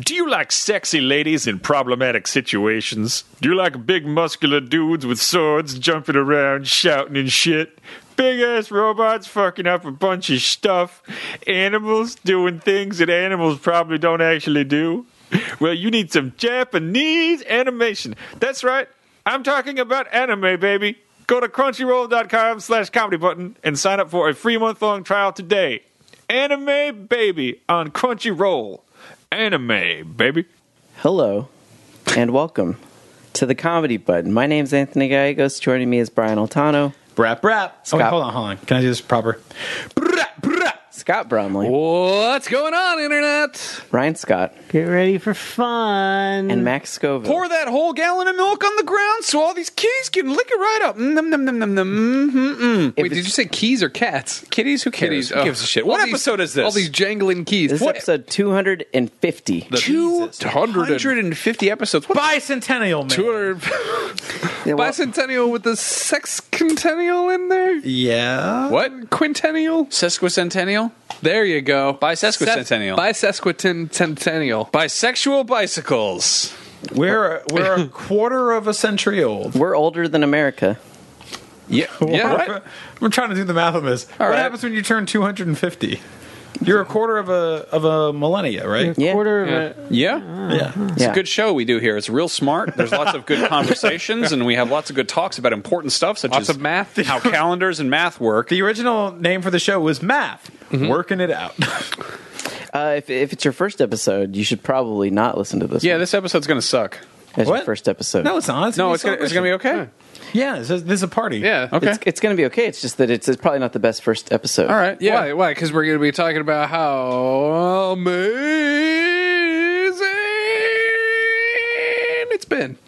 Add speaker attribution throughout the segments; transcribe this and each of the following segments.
Speaker 1: Do you like sexy ladies in problematic situations? Do you like big muscular dudes with swords jumping around shouting and shit? Big ass robots fucking up a bunch of stuff? Animals doing things that animals probably don't actually do? Well, you need some Japanese animation. That's right. I'm talking about anime, baby. Go to crunchyroll.com slash comedy button and sign up for a free month long trial today. Anime Baby on Crunchyroll. Anime Baby.
Speaker 2: Hello and welcome to the Comedy Button. My name's Anthony Gallegos. Joining me is Brian Altano,
Speaker 3: Brap, brap. Oh, wait,
Speaker 2: Scott.
Speaker 3: hold on, hold on. Can I do this proper? Brap, brap.
Speaker 2: Scott Bromley,
Speaker 3: Oh. What's going on, internet?
Speaker 2: Ryan Scott,
Speaker 4: Get ready for fun.
Speaker 2: and Max Scoville.
Speaker 3: Pour that whole gallon of milk on the ground so all these kitties can lick it right up. Mm, Nom, nom, nom, nom, nom. Mm, mm, mm.
Speaker 5: Wait, did you say keys or cats?
Speaker 3: Kitties, who cares?
Speaker 5: Kitties.
Speaker 3: Who
Speaker 5: oh.
Speaker 3: gives a shit? What
Speaker 5: All these-
Speaker 3: episode is this?
Speaker 5: All these jangling keys.
Speaker 2: this is
Speaker 5: What-
Speaker 2: episode 250.
Speaker 3: two hundred
Speaker 5: 200
Speaker 3: and fifty episodes. What
Speaker 4: Bicentennial man.
Speaker 5: 200
Speaker 2: Yeah, well,
Speaker 5: bicentennial with the sexcentennial in there?
Speaker 3: Yeah.
Speaker 5: What? Quintennial? Sesquicentennial? There you go.
Speaker 3: Bisesquicentennial.
Speaker 5: Bi sesquicentennial.
Speaker 3: Bisexual bicycles. We're we're a quarter of a century old.
Speaker 2: we're older than America.
Speaker 3: Yeah.
Speaker 5: Yeah.
Speaker 3: What?
Speaker 6: I'm trying to do the math on this.
Speaker 5: All
Speaker 6: what
Speaker 5: right.
Speaker 6: happens when you turn 250? You're a quarter of a of a millennia, right?
Speaker 2: Yeah.
Speaker 4: Quarter of a.
Speaker 3: Yeah.
Speaker 6: Yeah.
Speaker 3: It's
Speaker 2: Yeah.
Speaker 3: a good show we do here. It's real smart. There's lots of good conversations, and we have lots of good talks about important stuff, such
Speaker 5: Lots
Speaker 3: as
Speaker 5: of math.
Speaker 3: how calendars and math work.
Speaker 6: The original name for the show was Math. Working it out.
Speaker 2: Uh, if, if it's your first episode, you should probably not listen to this
Speaker 3: Yeah,
Speaker 2: one
Speaker 3: this episode's going to suck.
Speaker 2: as your
Speaker 6: What?
Speaker 2: first episode.
Speaker 6: no, it's not. It's
Speaker 3: No, it's going to it's gonna be okay.
Speaker 6: be. Yeah, this is, this is a party.
Speaker 5: Yeah.
Speaker 3: Okay.
Speaker 2: It's, it's going to be okay. It's just that it's, it's probably not the best first episode.
Speaker 5: All right.
Speaker 6: Yeah.
Speaker 5: Why? Why? Because we're going to be talking about how amazing it's been.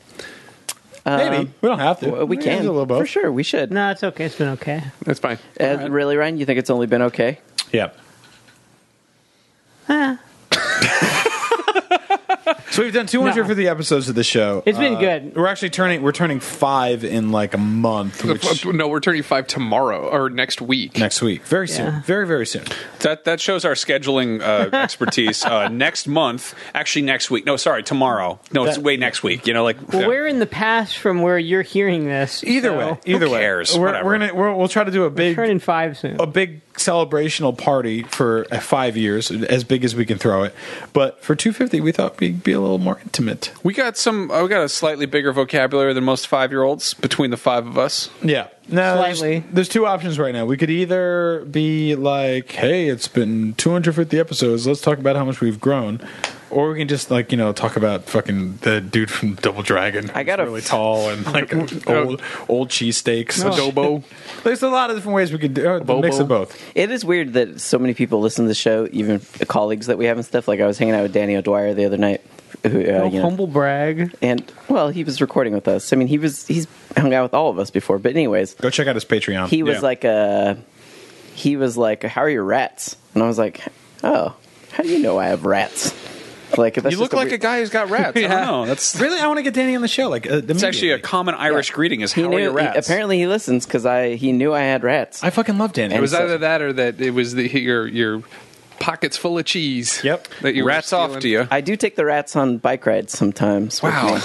Speaker 6: Maybe
Speaker 2: Um,
Speaker 6: we don't have to.
Speaker 2: w- we
Speaker 6: can
Speaker 2: can
Speaker 6: do a little both.
Speaker 2: for sure. We should.
Speaker 4: No, it's okay. It's been okay.
Speaker 5: That's fine.
Speaker 2: Uh, Really, Ryan? You think it's only been okay?
Speaker 6: Yeah.
Speaker 4: Huh.
Speaker 6: So we've done 200
Speaker 4: No.
Speaker 6: for the episodes of the show. Uh,
Speaker 4: It's been good.
Speaker 6: We're actually turning. We're turning five in like a month, which
Speaker 5: no, Uh, we're turning five tomorrow or next week.
Speaker 6: next week, very soon,
Speaker 4: Yeah.
Speaker 6: very very soon.
Speaker 3: That that shows our scheduling uh, expertise. Uh, next month, actually next week. No, sorry, tomorrow. No, it's
Speaker 6: That-
Speaker 3: way next week. You know, like
Speaker 4: Well,
Speaker 3: yeah.
Speaker 4: we're in the past from where you're hearing this.
Speaker 6: Either
Speaker 4: so
Speaker 6: way, either way,
Speaker 3: cares?
Speaker 6: We're,
Speaker 3: Whatever.
Speaker 6: we're gonna we're, we'll try to do a big
Speaker 4: Turning five soon.
Speaker 6: a big celebrational party for uh, five years, as big as we can throw it. But for 250, we thought we'd be a little more intimate.
Speaker 5: We got some. I got a slightly bigger vocabulary than most five year olds between the five of us.
Speaker 6: Yeah. No, there's-
Speaker 4: Slightly.
Speaker 6: There's, two options right now. We could either be like, hey, it's been 250 episodes. Let's talk about how much we've grown. Or we can just like you know talk about fucking the dude from Double Dragon.
Speaker 2: I got
Speaker 6: who's
Speaker 2: a-
Speaker 6: really tall and like old old cheesesteaks.
Speaker 5: Adobo.
Speaker 6: There's a lot of different ways we could do uh, mix of both.
Speaker 2: It is weird that so many people listen to the show, even colleagues that we have and stuff. Like I was hanging out with Danny O'Dwyer the other night, who, uh,
Speaker 4: No
Speaker 2: you know,
Speaker 4: humble brag.
Speaker 2: and well, he was recording with us. I mean, he was he's hung out with all of us before. But anyways,
Speaker 6: Go check out his Patreon.
Speaker 2: he was
Speaker 3: Yeah.
Speaker 2: like a he was like, "How are your rats?" And I was like, "Oh, how do you know I have rats?" Like that's
Speaker 3: you look
Speaker 2: just
Speaker 3: like a
Speaker 2: weird-
Speaker 3: guy who's got rats. I don't know. That's
Speaker 6: really I want to get Danny on the show. Like uh,
Speaker 3: it's actually a common Irish greeting. Is
Speaker 2: He
Speaker 3: how are
Speaker 2: knew-
Speaker 3: your rats?
Speaker 2: he- apparently, he listens because I he knew I had rats.
Speaker 6: I fucking love Danny.
Speaker 2: And
Speaker 5: It was
Speaker 2: so-
Speaker 5: either that or that it was the your your pockets full of cheese.
Speaker 6: Yep.
Speaker 5: That you were
Speaker 3: rats off
Speaker 5: stealing.
Speaker 3: to you.
Speaker 2: I do take the rats on bike rides sometimes. with
Speaker 5: Wow.
Speaker 2: me.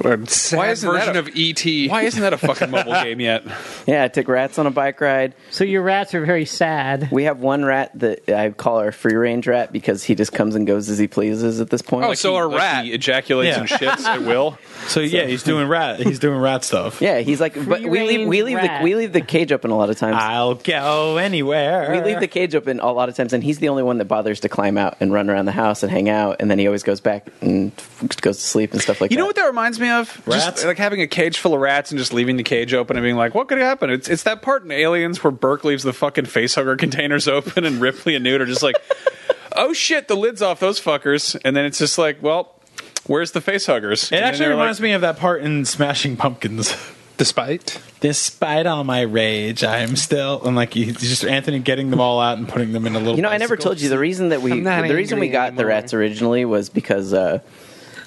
Speaker 5: Why
Speaker 3: Sad
Speaker 5: isn't version
Speaker 3: version E
Speaker 5: of ET?
Speaker 3: Why isn't that a fucking mobile game yet?
Speaker 2: Yeah, I took rats on a bike ride.
Speaker 4: So your rats are very sad.
Speaker 2: We have one rat that I call our free range rat because he just comes and goes as he pleases at this point.
Speaker 3: Like
Speaker 5: so
Speaker 3: he-
Speaker 5: a
Speaker 3: like
Speaker 5: rat.
Speaker 3: he ejaculates
Speaker 6: Yeah.
Speaker 3: and shits at will.
Speaker 6: So yeah, he's doing rat. He's doing rat stuff.
Speaker 2: yeah, he's like, but we leave we leave the
Speaker 4: rat.
Speaker 2: we leave the cage open a lot of times.
Speaker 3: Ah.
Speaker 6: I'll go anywhere.
Speaker 2: we leave the cage open a lot of times, and he's the only one that bothers to climb out and run around the house and hang out, and then he always goes back and f- goes to sleep and stuff like
Speaker 3: You
Speaker 2: that.
Speaker 3: know what that reminds me of? Just
Speaker 6: Rats?
Speaker 3: like having a cage full of rats and just leaving the cage open and being like, what could happen? It's, it's that part in Aliens where Burke leaves the fucking facehugger containers open and Ripley and Newt are just like, oh shit, the lid's off those fuckers. And then it's just like, well, where's the facehuggers?
Speaker 6: It actually reminds me of that part in Smashing Pumpkins.
Speaker 5: Despite.
Speaker 6: Despite all my rage, I am still. And like, he's just Anthony getting them all out and putting them in a little.
Speaker 2: You know, I never told you the reason that we
Speaker 5: I'm not
Speaker 2: the reason we
Speaker 5: angry
Speaker 2: got the
Speaker 5: anymore.
Speaker 2: rats originally was because uh,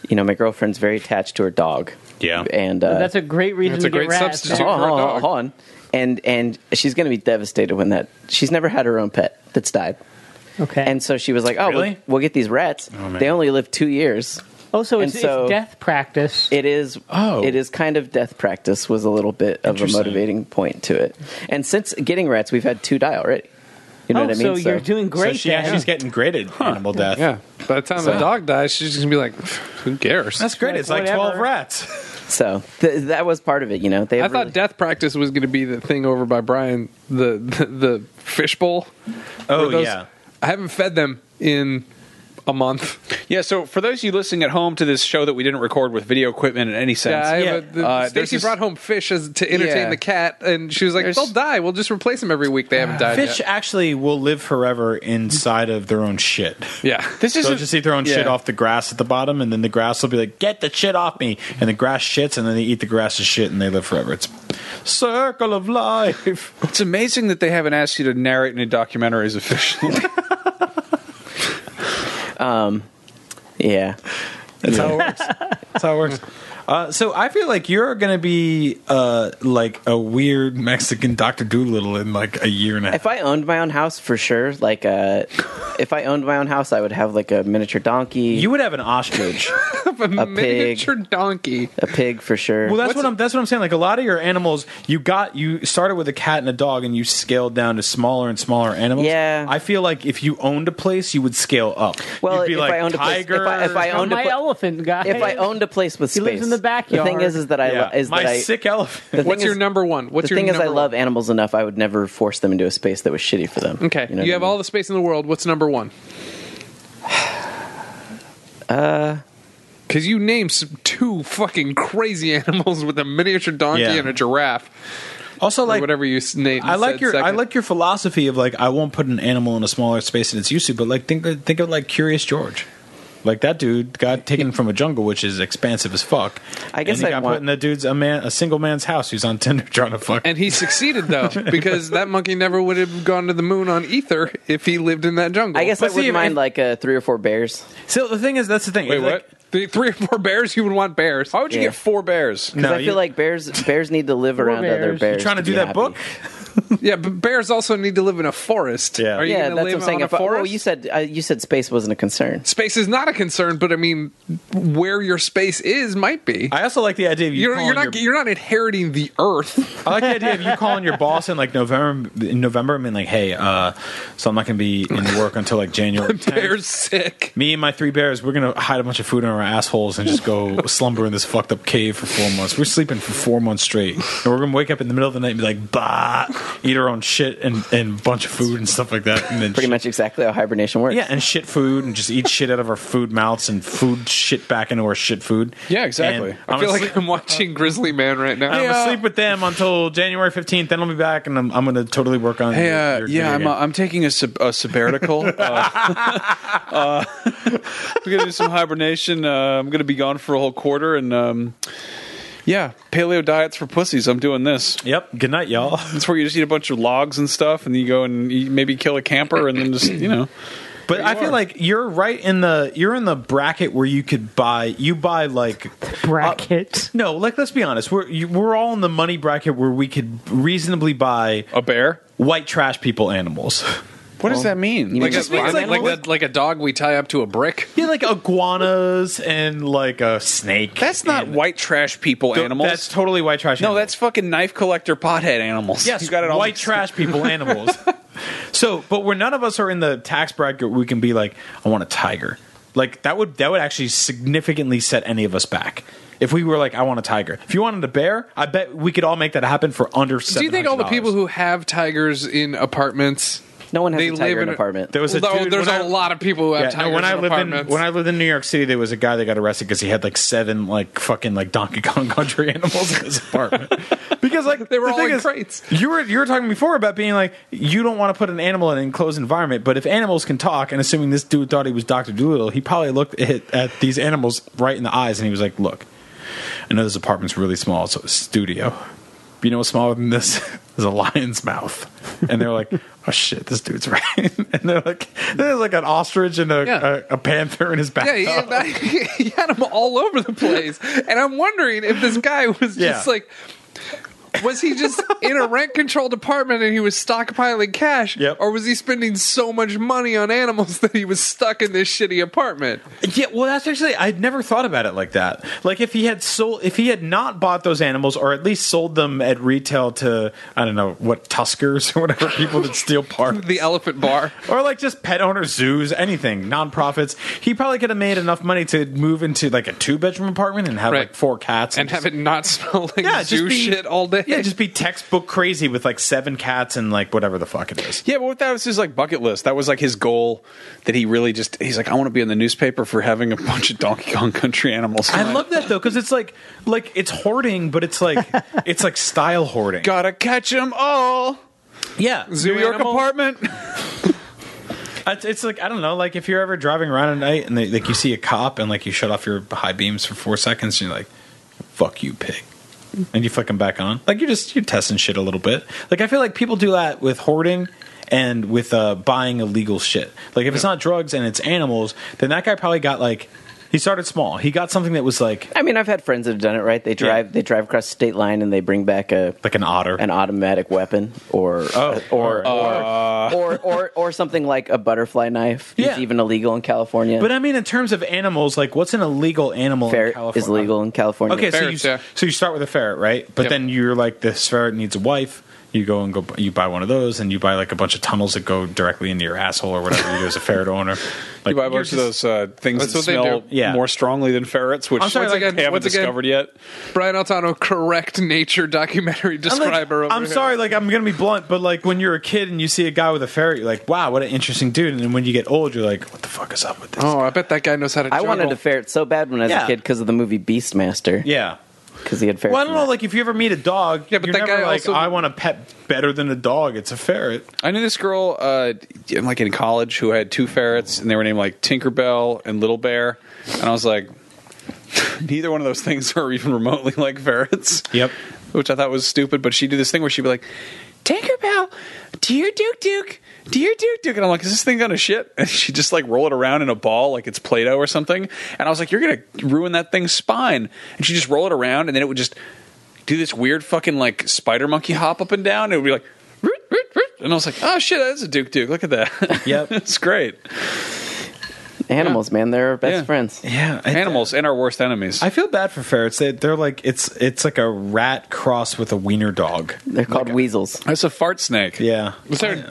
Speaker 2: you know my girlfriend's very attached to her dog.
Speaker 3: Yeah.
Speaker 2: and uh,
Speaker 4: That's a great reason
Speaker 5: That's a
Speaker 4: to get
Speaker 5: great
Speaker 4: rats.
Speaker 5: substitute.
Speaker 2: hold,
Speaker 5: for a
Speaker 2: on, hold on,
Speaker 5: dog.
Speaker 2: hold on. and and she's going to be devastated when that she's never had her own pet that's died.
Speaker 4: Okay.
Speaker 2: And so she was like, "Oh,
Speaker 6: Really?
Speaker 2: we'll, we'll get these rats. they only live two years.
Speaker 4: also,
Speaker 2: and
Speaker 4: Oh, it's,
Speaker 2: so-
Speaker 4: it's death practice.
Speaker 2: It is.
Speaker 6: Oh.
Speaker 2: it is kind of death practice was a little bit of a
Speaker 6: Interesting.
Speaker 2: motivating point to it. And since getting rats, we've had two die already. You know
Speaker 4: oh,
Speaker 2: what I mean?
Speaker 4: so you're doing
Speaker 6: So
Speaker 4: great.
Speaker 6: she,
Speaker 4: then.
Speaker 6: yeah, she's getting graded animal death.
Speaker 5: Yeah. By the time the dog dies, she's just gonna be like, "Who cares?"
Speaker 6: That's great.
Speaker 4: Like,
Speaker 6: it's like
Speaker 4: whatever.
Speaker 6: 12 rats.
Speaker 2: so th- that was part of it. You know, they.
Speaker 5: I
Speaker 2: have
Speaker 5: thought death practice was going to be the thing over by Brian, the the, the fishbowl.
Speaker 6: Oh,
Speaker 5: Were those-
Speaker 6: yeah.
Speaker 5: I haven't fed them in a month.
Speaker 3: Yeah, so for those of you listening at home to this show that we didn't record with video equipment in any sense,
Speaker 5: Yeah, I
Speaker 6: Yeah.
Speaker 5: have a- the-
Speaker 3: Uh, there's
Speaker 5: Stacy
Speaker 3: this-
Speaker 5: brought home fish as, to entertain
Speaker 3: Yeah.
Speaker 5: the cat, and she was like,
Speaker 3: There's-
Speaker 5: "They'll die. We'll just replace them every week. They haven't died
Speaker 6: Fish
Speaker 5: yet."
Speaker 6: actually will live forever inside of their own shit.
Speaker 5: Yeah,
Speaker 3: this is
Speaker 6: They'll just eat their own shit
Speaker 5: yeah.
Speaker 6: off the grass at the bottom, and then the grass will be like, "Get the shit off me!" And the grass shits, and then they eat the grass's shit, and they live forever. It's circle of life.
Speaker 3: It's amazing that they haven't asked you to narrate any documentaries officially.
Speaker 2: yeah.
Speaker 6: That's how it works. That's how it works. Uh, so I feel like you're going to be uh, like a weird Mexican Doctor Doolittle in like a year and a half.
Speaker 2: If I owned my own house, for sure. Like, uh, if I owned my own house, I would have like a miniature donkey,
Speaker 6: you would have an ostrich.
Speaker 5: a miniature donkey.
Speaker 2: a pig for sure.
Speaker 6: Well, that's what I'm. That's what I'm saying. Like a lot of your animals, you got you started with a cat and a dog, and you scaled down to smaller and smaller animals.
Speaker 2: Yeah.
Speaker 6: I feel like if you owned a place, you would scale up.
Speaker 2: Well,
Speaker 6: You'd be
Speaker 2: if
Speaker 6: like
Speaker 2: I owned a place- if
Speaker 6: tiger.
Speaker 2: I- if I
Speaker 4: Oh,
Speaker 2: owned a
Speaker 4: my
Speaker 2: pla-
Speaker 4: elephant guy.
Speaker 2: if I owned a place with
Speaker 4: He
Speaker 2: space,
Speaker 4: lives in the
Speaker 2: The thing
Speaker 4: backyard.
Speaker 2: is, is that I
Speaker 6: Yeah.
Speaker 2: lo- is
Speaker 6: my
Speaker 2: that I,
Speaker 6: sick elephant.
Speaker 2: the thing
Speaker 5: What's your
Speaker 2: is-
Speaker 5: number one? What's
Speaker 2: the
Speaker 5: your
Speaker 2: thing is, I
Speaker 5: number
Speaker 2: love
Speaker 5: one?
Speaker 2: animals enough. I would never force them into a space that was shitty for them.
Speaker 5: Okay,
Speaker 2: know
Speaker 5: you
Speaker 2: what
Speaker 5: have
Speaker 2: I mean?
Speaker 5: all the space in the world. What's number one? Uh, because you named some, two fucking crazy animals with a miniature donkey
Speaker 6: Yeah.
Speaker 5: and a giraffe,
Speaker 6: Also,
Speaker 5: or
Speaker 6: like
Speaker 5: whatever you s- named.
Speaker 6: I like
Speaker 5: said
Speaker 6: your I
Speaker 5: second.
Speaker 6: like your philosophy of like I won't put an animal in a smaller space than it's used to, but like think think of like Curious George. Like that dude got taken from a jungle, which is expansive as fuck.
Speaker 2: I guess
Speaker 6: and he
Speaker 2: I'd
Speaker 6: got
Speaker 2: want-
Speaker 6: put in a dude's a man a single man's house who's on Tinder trying to fuck.
Speaker 5: And he succeeded though, because that monkey never would have gone to the moon on ether if he lived in that jungle.
Speaker 2: I guess I
Speaker 6: But see,
Speaker 2: wouldn't
Speaker 6: if-
Speaker 2: mind
Speaker 6: if-
Speaker 2: like uh, three or four bears.
Speaker 6: so the thing is, that's the thing.
Speaker 5: Wait,
Speaker 6: It's like-
Speaker 5: what? Three- three or four bears? You would want bears.
Speaker 3: Why would you
Speaker 2: Yeah.
Speaker 3: get four bears?
Speaker 2: Because I
Speaker 6: you-
Speaker 2: feel like bears bears need to live around other
Speaker 4: bears.
Speaker 2: bears.
Speaker 4: You're
Speaker 6: trying to
Speaker 2: to
Speaker 6: do
Speaker 2: be
Speaker 6: that
Speaker 2: happy.
Speaker 6: book.
Speaker 5: Yeah, but bears also need to live in a forest.
Speaker 6: Yeah.
Speaker 5: Are you
Speaker 2: Yeah, that's
Speaker 5: gonna
Speaker 2: what
Speaker 5: live
Speaker 2: I'm saying.
Speaker 5: on a
Speaker 2: If I-
Speaker 5: forest?
Speaker 2: well, you said uh, you said space wasn't a concern.
Speaker 5: space is not a concern, but I mean, where your space is might be.
Speaker 6: I also like the idea of you.
Speaker 5: you're,
Speaker 6: calling
Speaker 5: you're not
Speaker 6: your-
Speaker 5: you're not inheriting the earth.
Speaker 6: I like the idea of you calling your boss in like November. In November, I mean, like, hey, uh, so I'm not going to be in work until like January. 10th.
Speaker 5: Bears sick.
Speaker 6: Me and my three bears, we're gonna hide a bunch of food in our assholes and just go slumber in this fucked up cave for four months. We're sleeping for four months straight, and we're gonna wake up in the middle of the night and be like, bah, eat our own shit and and bunch of food and stuff like that, and then
Speaker 2: Pretty
Speaker 6: shit-
Speaker 2: much exactly how hibernation works.
Speaker 6: Yeah, and shit food, and just eat shit out of our food mouths, and food shit back into our shit food.
Speaker 3: Yeah, exactly.
Speaker 6: And
Speaker 5: I
Speaker 6: I'm
Speaker 5: feel
Speaker 6: gonna
Speaker 5: like
Speaker 6: sleep-
Speaker 5: I'm watching Grizzly Man right now.
Speaker 6: I'm gonna sleep with them until January 15th. Then I'll be back, and I'm, I'm gonna totally work on.
Speaker 3: Hey,
Speaker 6: your-
Speaker 3: uh,
Speaker 6: your video
Speaker 3: yeah, I'm,
Speaker 6: game.
Speaker 3: uh, I'm taking a, sub- a sabbatical. Uh, uh, we're gonna do some hibernation. Uh, I'm gonna be gone for a whole quarter, and um, yeah, paleo diets for pussies. I'm doing this.
Speaker 6: Yep. Good night, y'all.
Speaker 3: It's where you just eat a bunch of logs and stuff, and you go and you maybe kill a camper, and then just you know.
Speaker 6: But I feel like you're right in the you're in the bracket where you could buy you buy like
Speaker 4: bracket.
Speaker 6: no like let's be honest we're you, we're all in the money bracket where we could reasonably buy
Speaker 3: A bear?
Speaker 6: white trash people animals.
Speaker 3: What does that mean?
Speaker 2: you mean-
Speaker 3: Like,
Speaker 6: just means, like,
Speaker 5: like,
Speaker 6: what-
Speaker 5: that- like a dog we tie up to a brick.
Speaker 6: yeah, like iguanas and like a snake.
Speaker 3: that's not
Speaker 6: and-
Speaker 3: white trash people
Speaker 6: Th-
Speaker 3: animals.
Speaker 6: That's totally white trash.
Speaker 3: no,
Speaker 6: animals.
Speaker 3: that's fucking knife collector pothead animals.
Speaker 6: Yes,
Speaker 3: you got it all.
Speaker 6: white trash people animals. so, but where none of us are in the tax bracket, we can be like, I want a tiger. Like that would that would actually significantly set any of us back. If we were like, I want a tiger. If you wanted a bear, I bet we could all make that happen for under.
Speaker 5: Do you think all the
Speaker 6: $700.
Speaker 5: people who have tigers in apartments?
Speaker 2: No one has
Speaker 5: They
Speaker 2: a
Speaker 5: live
Speaker 2: tiger in
Speaker 5: in
Speaker 2: an
Speaker 5: a-
Speaker 2: apartment.
Speaker 6: there was a
Speaker 5: Although
Speaker 6: dude
Speaker 5: there's
Speaker 6: when
Speaker 5: a
Speaker 6: I-
Speaker 5: lot of people who have
Speaker 6: Yeah,
Speaker 5: tigers
Speaker 6: no, when
Speaker 5: in
Speaker 6: I lived in
Speaker 5: apartments.
Speaker 6: when I lived in New York City, there was a guy that got arrested because he had like seven like fucking like Donkey Kong country animals in his apartment. because like
Speaker 5: They were
Speaker 6: the
Speaker 5: all
Speaker 6: thing
Speaker 5: in
Speaker 6: is,
Speaker 5: crates.
Speaker 6: You were you were talking before about being like you don't want to put an animal in an enclosed environment, but if animals can talk, and assuming this dude thought he was Doctor Doolittle, he probably looked at, at these animals right in the eyes and he was like, "Look, I know this apartment's really small, so it's a studio." but You know what's smaller than this is a lion's mouth, and they're like, "Oh shit, this dude's right." And they're like, "There's like an ostrich and a,
Speaker 5: Yeah.
Speaker 6: a, a panther in his back."
Speaker 5: yeah, he, he had them all over the place, and I'm wondering if this guy was just
Speaker 6: Yeah.
Speaker 5: like. Was he just in a rent control department and he was stockpiling cash?
Speaker 6: Yep.
Speaker 5: Or was he spending so much money on animals that he was stuck in this shitty apartment?
Speaker 6: Yeah, well, that's actually I'd never thought about it like that. Like if he had sold, if he had not bought those animals, or at least sold them at retail to I don't know what Tuskers or whatever people that steal parts,
Speaker 5: The elephant bar.
Speaker 6: or like just pet owners, zoos, anything, nonprofits, he probably could have made enough money to move into like a two bedroom apartment and have
Speaker 5: Right.
Speaker 6: like four cats
Speaker 5: And
Speaker 6: just-
Speaker 5: have it not smell like
Speaker 6: yeah,
Speaker 5: zoo
Speaker 6: just be,
Speaker 5: shit all day.
Speaker 6: Yeah, just be textbook crazy with like seven cats and like whatever the fuck it is.
Speaker 3: Yeah, but that was his like bucket list. That was like his goal that he really just he's like, I want to be in the newspaper for having a bunch of Donkey Kong Country animals.
Speaker 6: I love that though because it's like like it's hoarding, but it's like it's like style hoarding.
Speaker 3: Gotta catch them all.
Speaker 6: Yeah,
Speaker 3: New York apartment.
Speaker 6: It's, it's like I don't know. Like if you're ever driving around at night and they, like you see a cop and like you shut off your high beams for four seconds and you're like, "Fuck you, pig," and you flick them back on. Like you're just you're testing shit a little bit. Like I feel like people do that with hoarding and with uh, buying illegal shit. Like if it's not drugs and it's animals, then that guy probably got like he started small. He got something that was like
Speaker 2: I mean, I've had friends that have done it. Right? They drive they drive across the state line and they bring back a
Speaker 6: like an otter.
Speaker 2: an automatic weapon or
Speaker 6: Oh, uh,
Speaker 2: or, or, or or or something like a butterfly knife
Speaker 6: Yeah.
Speaker 2: is even illegal in California.
Speaker 6: but I mean, in terms of animals, like what's an illegal animal in
Speaker 2: ferret
Speaker 6: California?
Speaker 2: is legal in California.
Speaker 6: Okay,
Speaker 5: Ferrets,
Speaker 6: so you
Speaker 5: yeah.
Speaker 6: so you start with a ferret, right? But
Speaker 5: Yep.
Speaker 6: then you're like, this ferret needs a wife. You go and go, you buy one of those, and you buy like a bunch of tunnels that go directly into your asshole or whatever you do as a ferret owner. Like,
Speaker 3: You buy a
Speaker 6: you're
Speaker 3: bunch of
Speaker 6: just-
Speaker 3: those uh, things
Speaker 5: That's
Speaker 3: that
Speaker 5: what they
Speaker 3: smell
Speaker 5: do.
Speaker 6: Yeah.
Speaker 3: more strongly than ferrets, which
Speaker 6: I'm sorry,
Speaker 3: once
Speaker 6: like,
Speaker 3: again, they haven't
Speaker 5: once again-
Speaker 3: discovered yet.
Speaker 5: Brian Altano, correct nature documentary
Speaker 6: I'm, like,
Speaker 5: describer. over
Speaker 6: I'm
Speaker 5: here.
Speaker 6: sorry, like I'm gonna be blunt, but like when you're a kid and you see a guy with a ferret, you're like, wow, what an interesting dude. And then when you get old, you're like, what the fuck is up with this?
Speaker 5: Oh, I bet that guy knows how to.
Speaker 2: I
Speaker 5: juggle.
Speaker 2: wanted a ferret so bad when I was
Speaker 6: Yeah.
Speaker 2: a kid because of the movie Beastmaster.
Speaker 6: Yeah.
Speaker 2: because he had ferrets.
Speaker 6: Well, I don't
Speaker 2: in
Speaker 6: know.
Speaker 2: that.
Speaker 6: Like, if you ever meet a dog,
Speaker 5: Yeah, but
Speaker 6: you're
Speaker 5: that
Speaker 6: never
Speaker 5: guy
Speaker 6: like,
Speaker 5: also-
Speaker 6: I want a pet better than a dog. It's a ferret.
Speaker 3: I knew this girl, uh, in, like in college, who had two ferrets, and they were named like Tinkerbell and Little Bear, and I was like, neither one of those things are even remotely like ferrets.
Speaker 6: Yep.
Speaker 3: Which I thought was stupid, but she did this thing where she'd be like, Tinkerbell, dear Duke Duke, dear Duke Duke, and I'm like, is this thing gonna shit? And she just like roll it around in a ball like it's Play-Doh or something, and I was like, you're gonna ruin that thing's spine, and she just roll it around, and then it would just do this weird fucking like spider monkey hop up and down. And it would be like, root, root, root. and I was like, oh shit, that's a Duke Duke. Look at that.
Speaker 6: Yep.
Speaker 3: it's great.
Speaker 2: animals, man, they're our best
Speaker 3: Yeah.
Speaker 2: friends.
Speaker 6: Yeah.
Speaker 3: Animals and our worst enemies.
Speaker 6: I feel bad for ferrets. They, they're like it's it's like a rat cross with a wiener dog.
Speaker 2: They're called weasels.
Speaker 3: that's a fart snake.
Speaker 6: Yeah,
Speaker 5: Is there-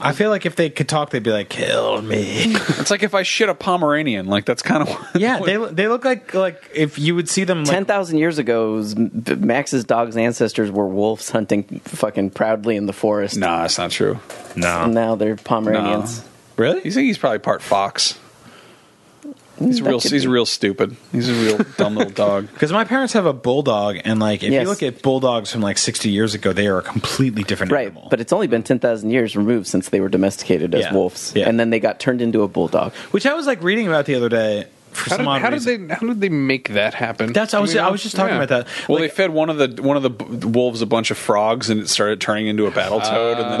Speaker 6: I feel like if they could talk, they'd be like, "Kill me."
Speaker 3: It's like if I shit a Pomeranian. Like that's kind of
Speaker 6: yeah, they they look like like if you would see them like
Speaker 2: Ten thousand years ago, s- Max's dog's ancestors were wolves hunting fucking proudly in the forest.
Speaker 3: Nah, that's not true.
Speaker 2: And
Speaker 6: no,
Speaker 2: now they're Pomeranians.
Speaker 6: really. Mm,
Speaker 3: You think he's probably part fox? He's real.
Speaker 2: could
Speaker 3: He's
Speaker 2: be.
Speaker 3: real stupid. He's a real dumb little dog.
Speaker 6: Because my parents have a bulldog, and like if
Speaker 2: Yes.
Speaker 6: you look at bulldogs from like sixty years ago, they are a completely different
Speaker 2: Right,
Speaker 6: animal.
Speaker 2: but it's only been 10,000 years removed since they were domesticated as
Speaker 6: Yeah.
Speaker 2: wolves.
Speaker 6: Yeah.
Speaker 2: And then they got turned into a bulldog.
Speaker 6: which I was like reading about the other day for
Speaker 5: How
Speaker 6: some
Speaker 5: did,
Speaker 6: odd
Speaker 5: how did
Speaker 6: reason.
Speaker 5: they? How did they make that happen?
Speaker 6: That's I was I was just talking
Speaker 5: Yeah.
Speaker 6: about that.
Speaker 3: Well,
Speaker 6: Like,
Speaker 3: they fed one of the one of the b- wolves a bunch of frogs, and it started turning into a battle toad. and then
Speaker 6: Uh,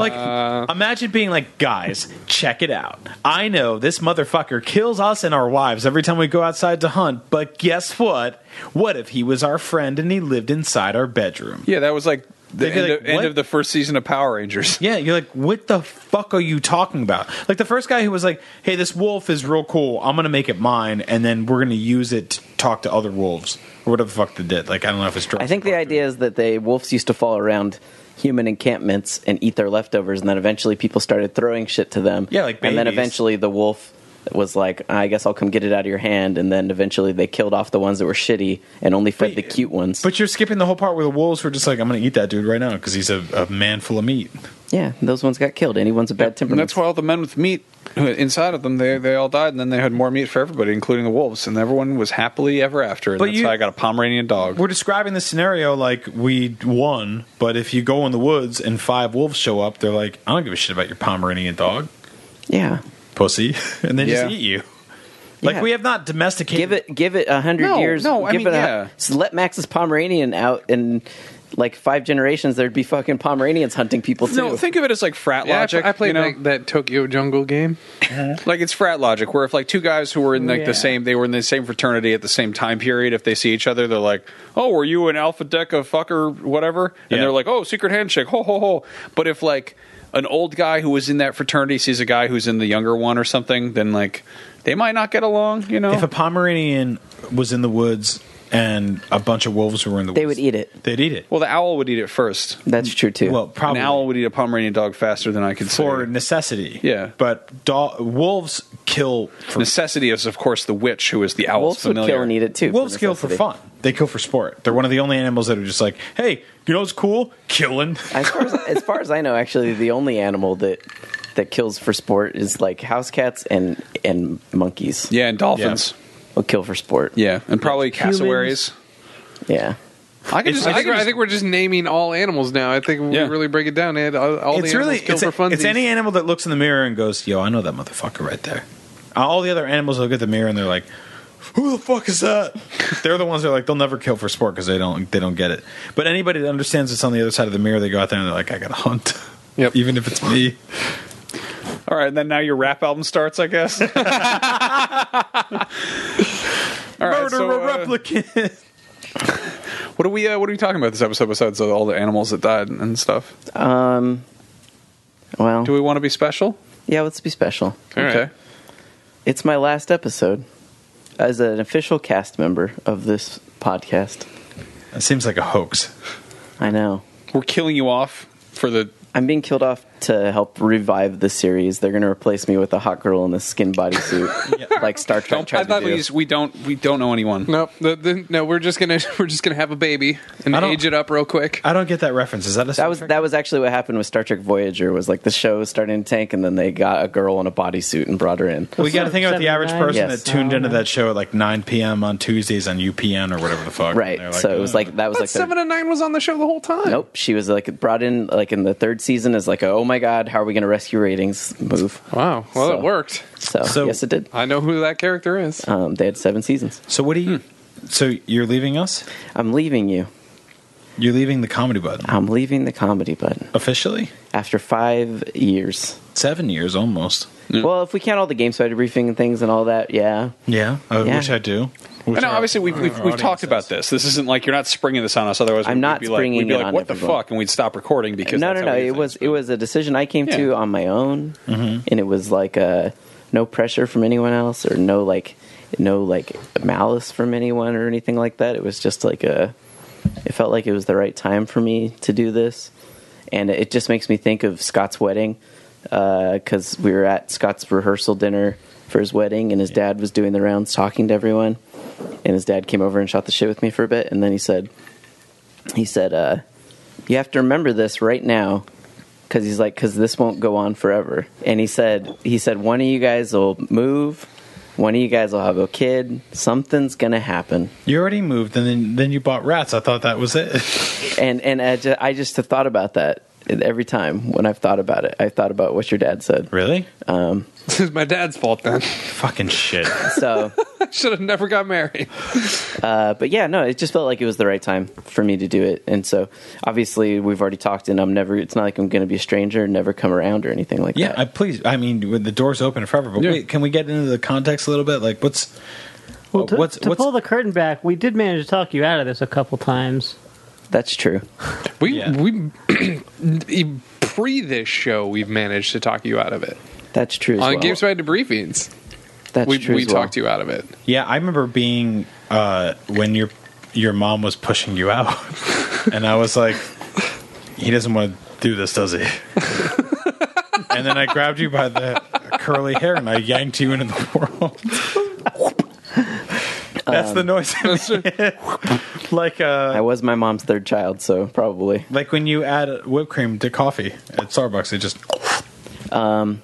Speaker 6: Like, imagine being like, guys, check it out. I know this motherfucker kills us and our wives every time we go outside to hunt, but guess what? What if he was our friend and he lived inside our bedroom?
Speaker 3: yeah, that was like the
Speaker 6: They'd be
Speaker 3: end,
Speaker 6: like,
Speaker 3: of, end
Speaker 6: "What?"
Speaker 3: of the first season of Power Rangers.
Speaker 6: Yeah, you're like, what the fuck are you talking about? Like the first guy who was like, hey, this wolf is real cool. I'm gonna make it mine, and then we're gonna use it to talk to other wolves or whatever the fuck they did. Like I don't know if it's.
Speaker 2: I think the idea is that they wolves used to fall around human encampments and eat their leftovers, and then eventually people started throwing shit to them.
Speaker 6: Yeah, like
Speaker 2: and then
Speaker 6: babies.
Speaker 2: eventually the wolf was like, "I guess I'll come get it out of your hand," and then eventually they killed off the ones that were shitty and only fed
Speaker 6: But-
Speaker 2: the cute ones.
Speaker 6: But you're skipping the whole part where the wolves were just like, I'm gonna eat that dude right now because he's a, a man full of meat.
Speaker 2: yeah, those ones got killed. Anyone's a bad
Speaker 3: And
Speaker 2: temperament.
Speaker 3: that's why all the men with meat who- inside of them they they all died, and then they had more meat for everybody, including the wolves, and everyone was happily ever after. And
Speaker 6: But
Speaker 3: that's
Speaker 6: you-
Speaker 3: how I got a Pomeranian dog.
Speaker 6: we're describing the scenario like we won, but if you go in the woods and five wolves show up, they're like, I don't give a shit about your Pomeranian dog,
Speaker 2: yeah,
Speaker 6: pussy, and they
Speaker 3: Yeah.
Speaker 6: just eat you. Like
Speaker 2: Yeah.
Speaker 6: we have not domesticated.
Speaker 2: give it give it a hundred
Speaker 3: No,
Speaker 2: years.
Speaker 3: no, I
Speaker 2: give
Speaker 3: mean,
Speaker 2: it a,
Speaker 3: yeah.
Speaker 2: so let Max's Pomeranian out and like five generations, there'd be fucking Pomeranians hunting people too.
Speaker 3: No, think of it as like frat
Speaker 5: Yeah, I-
Speaker 3: logic.
Speaker 5: I, played
Speaker 3: you know?
Speaker 5: like, that Tokyo Jungle game.
Speaker 3: Like it's frat logic, where if like two guys who were in like
Speaker 4: Yeah.
Speaker 3: the same, they were in the same fraternity at the same time period. If they see each other, they're like, "Oh, were you an alpha deca fucker, whatever?"
Speaker 6: Yeah.
Speaker 3: And they're like, "Oh, secret handshake, ho ho ho." But if like an old guy who was in that fraternity sees a guy who's in the younger one or something, then like they might not get along. You know,
Speaker 6: If a Pomeranian was in the woods and a bunch of wolves were in the woods,
Speaker 2: They would eat it.
Speaker 6: They'd eat it.
Speaker 3: well, the owl would eat it first.
Speaker 2: That's true too.
Speaker 6: Well, probably
Speaker 3: An owl would eat a Pomeranian dog faster than I could say.
Speaker 6: for necessity.
Speaker 3: Yeah.
Speaker 6: but do- wolves kill for
Speaker 3: Necessity is, of course, the witch who is the owl's
Speaker 2: wolves
Speaker 3: familiar.
Speaker 2: would kill and eat it too.
Speaker 6: wolves kill for
Speaker 2: necessity.
Speaker 6: fun. They kill for sport. They're one of the only animals that are just like, hey, you know what's cool? Killing.
Speaker 2: As far as, as far as I know, actually, the only animal that that kills for sport is like house cats and and monkeys.
Speaker 3: Yeah, and dolphins.
Speaker 2: will kill for sport.
Speaker 3: Yeah, and probably
Speaker 4: Humans.
Speaker 3: cassowaries.
Speaker 2: yeah.
Speaker 3: I can
Speaker 6: It's-
Speaker 3: just,
Speaker 5: I
Speaker 3: I
Speaker 5: think,
Speaker 3: can
Speaker 5: I
Speaker 3: just-
Speaker 5: think we're just naming all animals now. I think
Speaker 3: Yeah.
Speaker 5: we really break it down. And all, all
Speaker 6: it's
Speaker 5: the
Speaker 6: really
Speaker 5: animals kill
Speaker 6: it's,
Speaker 5: for funsies.
Speaker 6: it's any animal that looks in the mirror and goes, yo, I know that motherfucker right there. Uh, All the other animals look at the mirror and they're like, who the fuck is that? they're the ones that are like they'll never kill for sport because they don't they don't get it. But anybody that understands it's on the other side of the mirror, they go out there and they're like, I gotta hunt.
Speaker 5: Yep.
Speaker 6: Even if it's me.
Speaker 3: All right, then now your rap album starts, I guess. All right,
Speaker 6: Murder
Speaker 3: so,
Speaker 6: a
Speaker 3: uh,
Speaker 6: replicant.
Speaker 3: what are we? Uh, what are we talking about this episode? Besides all the animals that died and stuff,
Speaker 2: Um. Well,
Speaker 3: do we want to be special?
Speaker 2: yeah. Let's be special.
Speaker 5: All right.
Speaker 2: It's my last episode as an official cast member of this podcast.
Speaker 6: it seems like a hoax.
Speaker 2: I know.
Speaker 3: we're killing you off for the.
Speaker 2: I'm being killed off to help revive the series. They're going to replace me with a hot girl in a skin bodysuit, like Star Trek
Speaker 3: Don't, I
Speaker 2: tried to
Speaker 3: thought
Speaker 2: do.
Speaker 3: we, we don't we don't know anyone.
Speaker 5: Nope. The, the, no, we're just gonna we're just gonna have a baby and
Speaker 6: I don't-
Speaker 5: age it up real quick.
Speaker 6: I don't get that reference. Is that a
Speaker 2: that was that was actually what happened with Star Trek Voyager. Was like the show was starting to tank, and then they got a girl in a bodysuit and brought her in.
Speaker 6: we got to think about the average
Speaker 4: 79.
Speaker 6: person
Speaker 2: Yes. Oh,
Speaker 6: that tuned into that show at like 9 p.m. on Tuesdays on UPN or whatever the fuck.
Speaker 2: Right.
Speaker 6: They're
Speaker 2: so it was
Speaker 6: "Ugh."
Speaker 2: like that was
Speaker 5: But
Speaker 2: like their-
Speaker 5: seven and nine was on the show the whole time.
Speaker 2: Nope, she was like brought in like in the third season as like a, oh my god, how are we going to rescue ratings move?
Speaker 5: Wow. Well,
Speaker 2: So-
Speaker 5: it worked.
Speaker 2: So,
Speaker 6: So-
Speaker 2: yes, it did.
Speaker 5: I know who that character is.
Speaker 2: Um, they had seven seasons.
Speaker 6: So what do you?
Speaker 2: Hmm.
Speaker 6: So you're leaving us?
Speaker 2: I'm leaving you.
Speaker 6: You're leaving the comedy button
Speaker 2: I'm leaving the comedy button
Speaker 6: officially?
Speaker 2: after five years.
Speaker 6: Seven years almost.
Speaker 2: Well, if we count all the game side briefing and things and all that, yeah.
Speaker 6: Yeah, I
Speaker 2: Yeah.
Speaker 6: wish I do. Wish
Speaker 3: I know.
Speaker 6: our-
Speaker 3: Obviously, we've we've,
Speaker 6: our
Speaker 3: we've
Speaker 6: audience
Speaker 3: talked about
Speaker 6: does.
Speaker 3: this. This isn't like you're not springing this on us. Otherwise,
Speaker 2: I'm
Speaker 3: we'd
Speaker 2: not
Speaker 3: be like,
Speaker 2: springing
Speaker 3: we'd be
Speaker 2: it
Speaker 3: like,
Speaker 2: on
Speaker 3: "What the
Speaker 2: everyone."
Speaker 3: fuck?" and we'd stop recording because
Speaker 2: no,
Speaker 3: that's
Speaker 2: no,
Speaker 3: how
Speaker 2: no.
Speaker 3: we do
Speaker 2: It
Speaker 3: things.
Speaker 2: was it was a decision I came to
Speaker 3: Yeah. Mm-hmm.
Speaker 2: on my own, and it was like uh no pressure from anyone else or no like no like malice from anyone or anything like that. It was just like a it felt like it was the right time for me to do this, and it just makes me think of Scott's wedding because we were at Scott's rehearsal dinner for his wedding, and his dad was doing the rounds talking to everyone, and his dad came over and shot the shit with me for a bit, and then he said he said uh you have to remember this right now because he's like because this won't go on forever and he said he said one of you guys will move one of you guys will have a kid something's gonna happen
Speaker 6: You already moved, and then then you bought rats. I thought that was it.
Speaker 2: and and i just, I just have thought about that every time when i've thought about it i've thought about what your dad said
Speaker 6: really?
Speaker 5: This is my dad's fault then.
Speaker 6: Fucking shit.
Speaker 2: so
Speaker 5: I should have never got married.
Speaker 2: uh, but yeah no it just felt like it was the right time for me to do it and so obviously we've already talked and i'm never it's not like i'm gonna be a stranger and never come around or anything like
Speaker 6: Yeah,
Speaker 2: that
Speaker 6: I please. I mean, with the doors open forever. But
Speaker 5: Yeah.
Speaker 6: wait, can we get into the context a little bit? Like, what's
Speaker 4: Well, to,
Speaker 6: what's
Speaker 4: to
Speaker 6: what's
Speaker 4: pull the curtain back, we did manage to talk you out of this a couple times.
Speaker 2: that's true
Speaker 5: We
Speaker 6: Yeah.
Speaker 5: we e, pre this show we've managed to talk you out of it
Speaker 2: that's true as
Speaker 5: on
Speaker 2: well.
Speaker 5: Games by debriefings.
Speaker 2: that's
Speaker 5: We
Speaker 2: true
Speaker 5: we
Speaker 2: as well.
Speaker 5: talked you out of it.
Speaker 6: Yeah, I remember being uh, when your your mom was pushing you out, and I was like, "He doesn't want to do this, does he?" and then I grabbed you by the curly hair and I yanked you into the world. That's the noise. I made. like
Speaker 2: I
Speaker 6: uh,
Speaker 2: was my mom's third child, so probably.
Speaker 6: like when you add whipped cream to coffee at Starbucks, it just
Speaker 2: But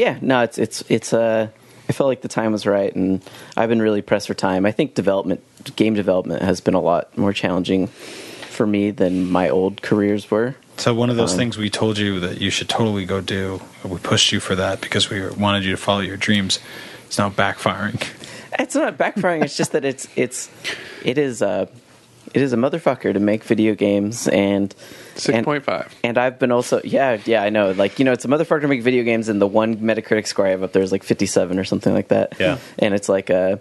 Speaker 2: yeah, no, it's it's it's uh I felt like the time was right and I've been really pressed for time. I think development game development has been a lot more challenging for me than my old careers were.
Speaker 6: So one of those things we told you that you should totally go do, we pushed you for that because we wanted you to follow your dreams. It's now backfiring.
Speaker 2: It's not backfiring, it's just that it's it's it is uh It is a motherfucker to make video games and
Speaker 5: Six
Speaker 2: and-
Speaker 5: point five.
Speaker 2: And I've been also yeah yeah I know like you know it's a motherfucker to make video games and the one Metacritic score I have up there is like fifty seven or something like that
Speaker 6: Yeah.
Speaker 2: and it's like uh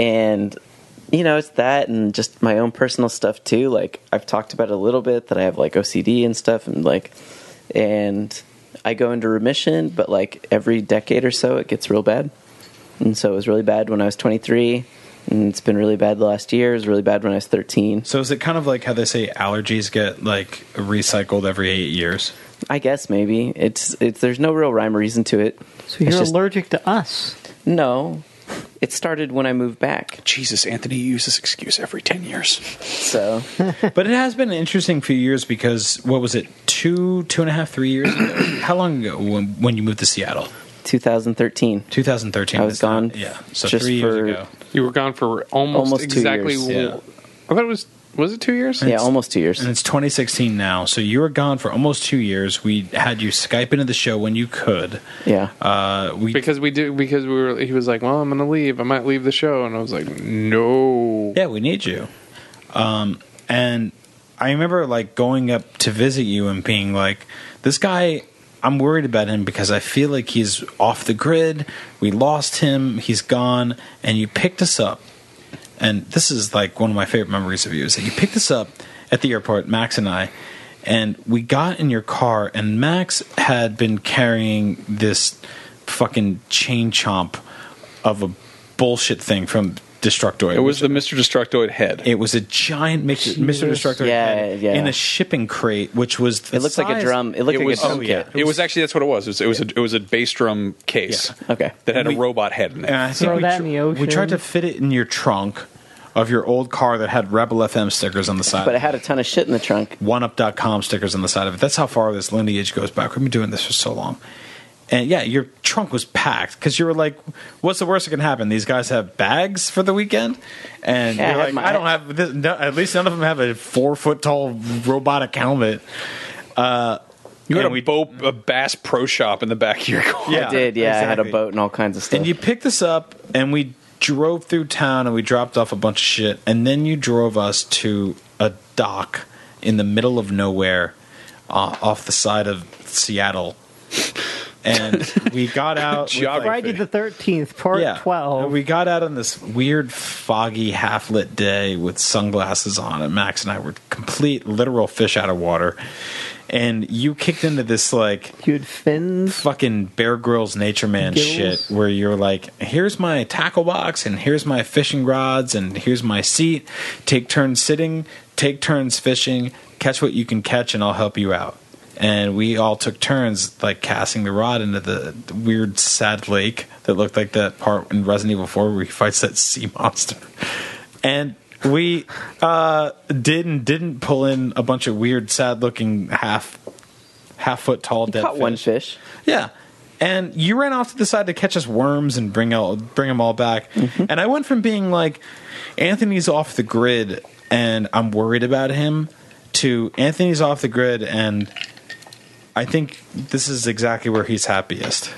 Speaker 2: and you know it's that and just my own personal stuff too like I've talked about it a little bit that I have like OCD and stuff and like and I go into remission but like every decade or so it gets real bad and so it was really bad when I was twenty three and it's been really bad the last year it was really bad when I was thirteen
Speaker 6: So is it kind of like how they say allergies get like recycled every eight years?
Speaker 2: I guess maybe it's it's there's no real rhyme or reason to it.
Speaker 4: So you're
Speaker 2: It's just-
Speaker 4: allergic to us.
Speaker 2: No, it started when I moved back.
Speaker 3: Jesus, Anthony, you use this excuse every 10 years.
Speaker 2: So
Speaker 6: But it has been an interesting few years because what was it two two and a half three years? ago? how long ago when when you moved to Seattle?
Speaker 2: 2013.
Speaker 6: 2013.
Speaker 2: I was gone
Speaker 6: Yeah, so
Speaker 2: just
Speaker 6: three years
Speaker 2: for-
Speaker 6: ago.
Speaker 5: You were gone for almost,
Speaker 2: Almost two
Speaker 5: exactly.
Speaker 2: years.
Speaker 5: w-
Speaker 6: Yeah.
Speaker 5: I thought it was was it two years?
Speaker 2: Yeah, almost two years.
Speaker 6: And it's 2016 now, so you were gone for almost two years. We had you Skype into the show when you could.
Speaker 2: Yeah,
Speaker 6: Uh, we
Speaker 5: Because we did because we were he was like, Well, I'm gonna leave. I might leave the show and I was like, No.
Speaker 6: Yeah, we need you. Um, and I remember like going up to visit you and being like, this guy, I'm worried about him because I feel like he's off the grid. We lost him. He's gone. And you picked us up. And this is like one of my favorite memories of you is that you picked us up at the airport, Max and I. And we got in your car, and Max had been carrying this fucking chain chomp of a bullshit thing from Destructoid.
Speaker 3: It was the Mr. Destructoid head.
Speaker 6: It was a giant mix- Mr. Destructor
Speaker 2: Yeah,
Speaker 6: head
Speaker 2: yeah.
Speaker 6: in a shipping crate, which was the
Speaker 2: it looked like a
Speaker 6: size-
Speaker 2: drum. It looked
Speaker 3: It
Speaker 2: like
Speaker 3: was-
Speaker 2: a drum
Speaker 6: oh, yeah.
Speaker 2: kit.
Speaker 3: It was actually that's what it was. It was, it was, a, it was a bass drum case
Speaker 6: Yeah.
Speaker 2: Okay.
Speaker 3: that had a
Speaker 6: We-
Speaker 3: robot head in it.
Speaker 6: And I think
Speaker 4: Throw
Speaker 6: we,
Speaker 4: that
Speaker 6: tr-
Speaker 4: in the ocean.
Speaker 6: we tried to fit it in your trunk of your old car that had Rebel FM stickers on the side.
Speaker 2: But it had a ton of shit in the trunk.
Speaker 6: oneup.com stickers on the side of it. That's how far this lineage goes back. We've been doing this for so long. And yeah, your trunk was packed because you were like, "What's the worst that can happen? These guys have bags for the weekend, and
Speaker 2: Yeah, I
Speaker 6: you're
Speaker 2: had
Speaker 6: like,
Speaker 2: my-
Speaker 6: I don't have this. No, at least none of them have a four foot tall robotic helmet.
Speaker 3: You had
Speaker 6: and
Speaker 3: a,
Speaker 6: we-
Speaker 3: Bo- a Bass Pro Shop in the back of your car.
Speaker 6: Yeah,
Speaker 2: I did. Yeah, I had
Speaker 6: exactly.
Speaker 2: a boat and all kinds of stuff.
Speaker 6: And you picked us up, and we drove through town, and we dropped off a bunch of shit, and then you drove us to a dock in the middle of nowhere, uh, off the side of Seattle, and we got out. with, like,
Speaker 4: Friday the 13th, part
Speaker 6: yeah.
Speaker 4: 12.
Speaker 6: And we got out on this weird, foggy, half lit day with sunglasses on, and Max and I were complete literal fish out of water. And you kicked into this like
Speaker 4: you had fins.
Speaker 6: fucking Bear Grylls Nature Man
Speaker 4: Gills.
Speaker 6: shit where you're like, here's my tackle box and here's my fishing rods and here's my seat. Take turns sitting, take turns fishing, catch what you can catch and I'll help you out. And we all took turns like casting the rod into the weird sad lake that looked like that part in Resident Evil 4 where he fights that sea monster. And we uh did and didn't pull in a bunch of weird sad looking half half foot tall dead
Speaker 2: Caught one
Speaker 6: fish.
Speaker 2: fish.
Speaker 6: Yeah. And you ran off to the side to catch us worms and bring all bring them all back. And I went from being like Anthony's off the grid and I'm worried about him to Anthony's off the grid and I think this is exactly where he's happiest.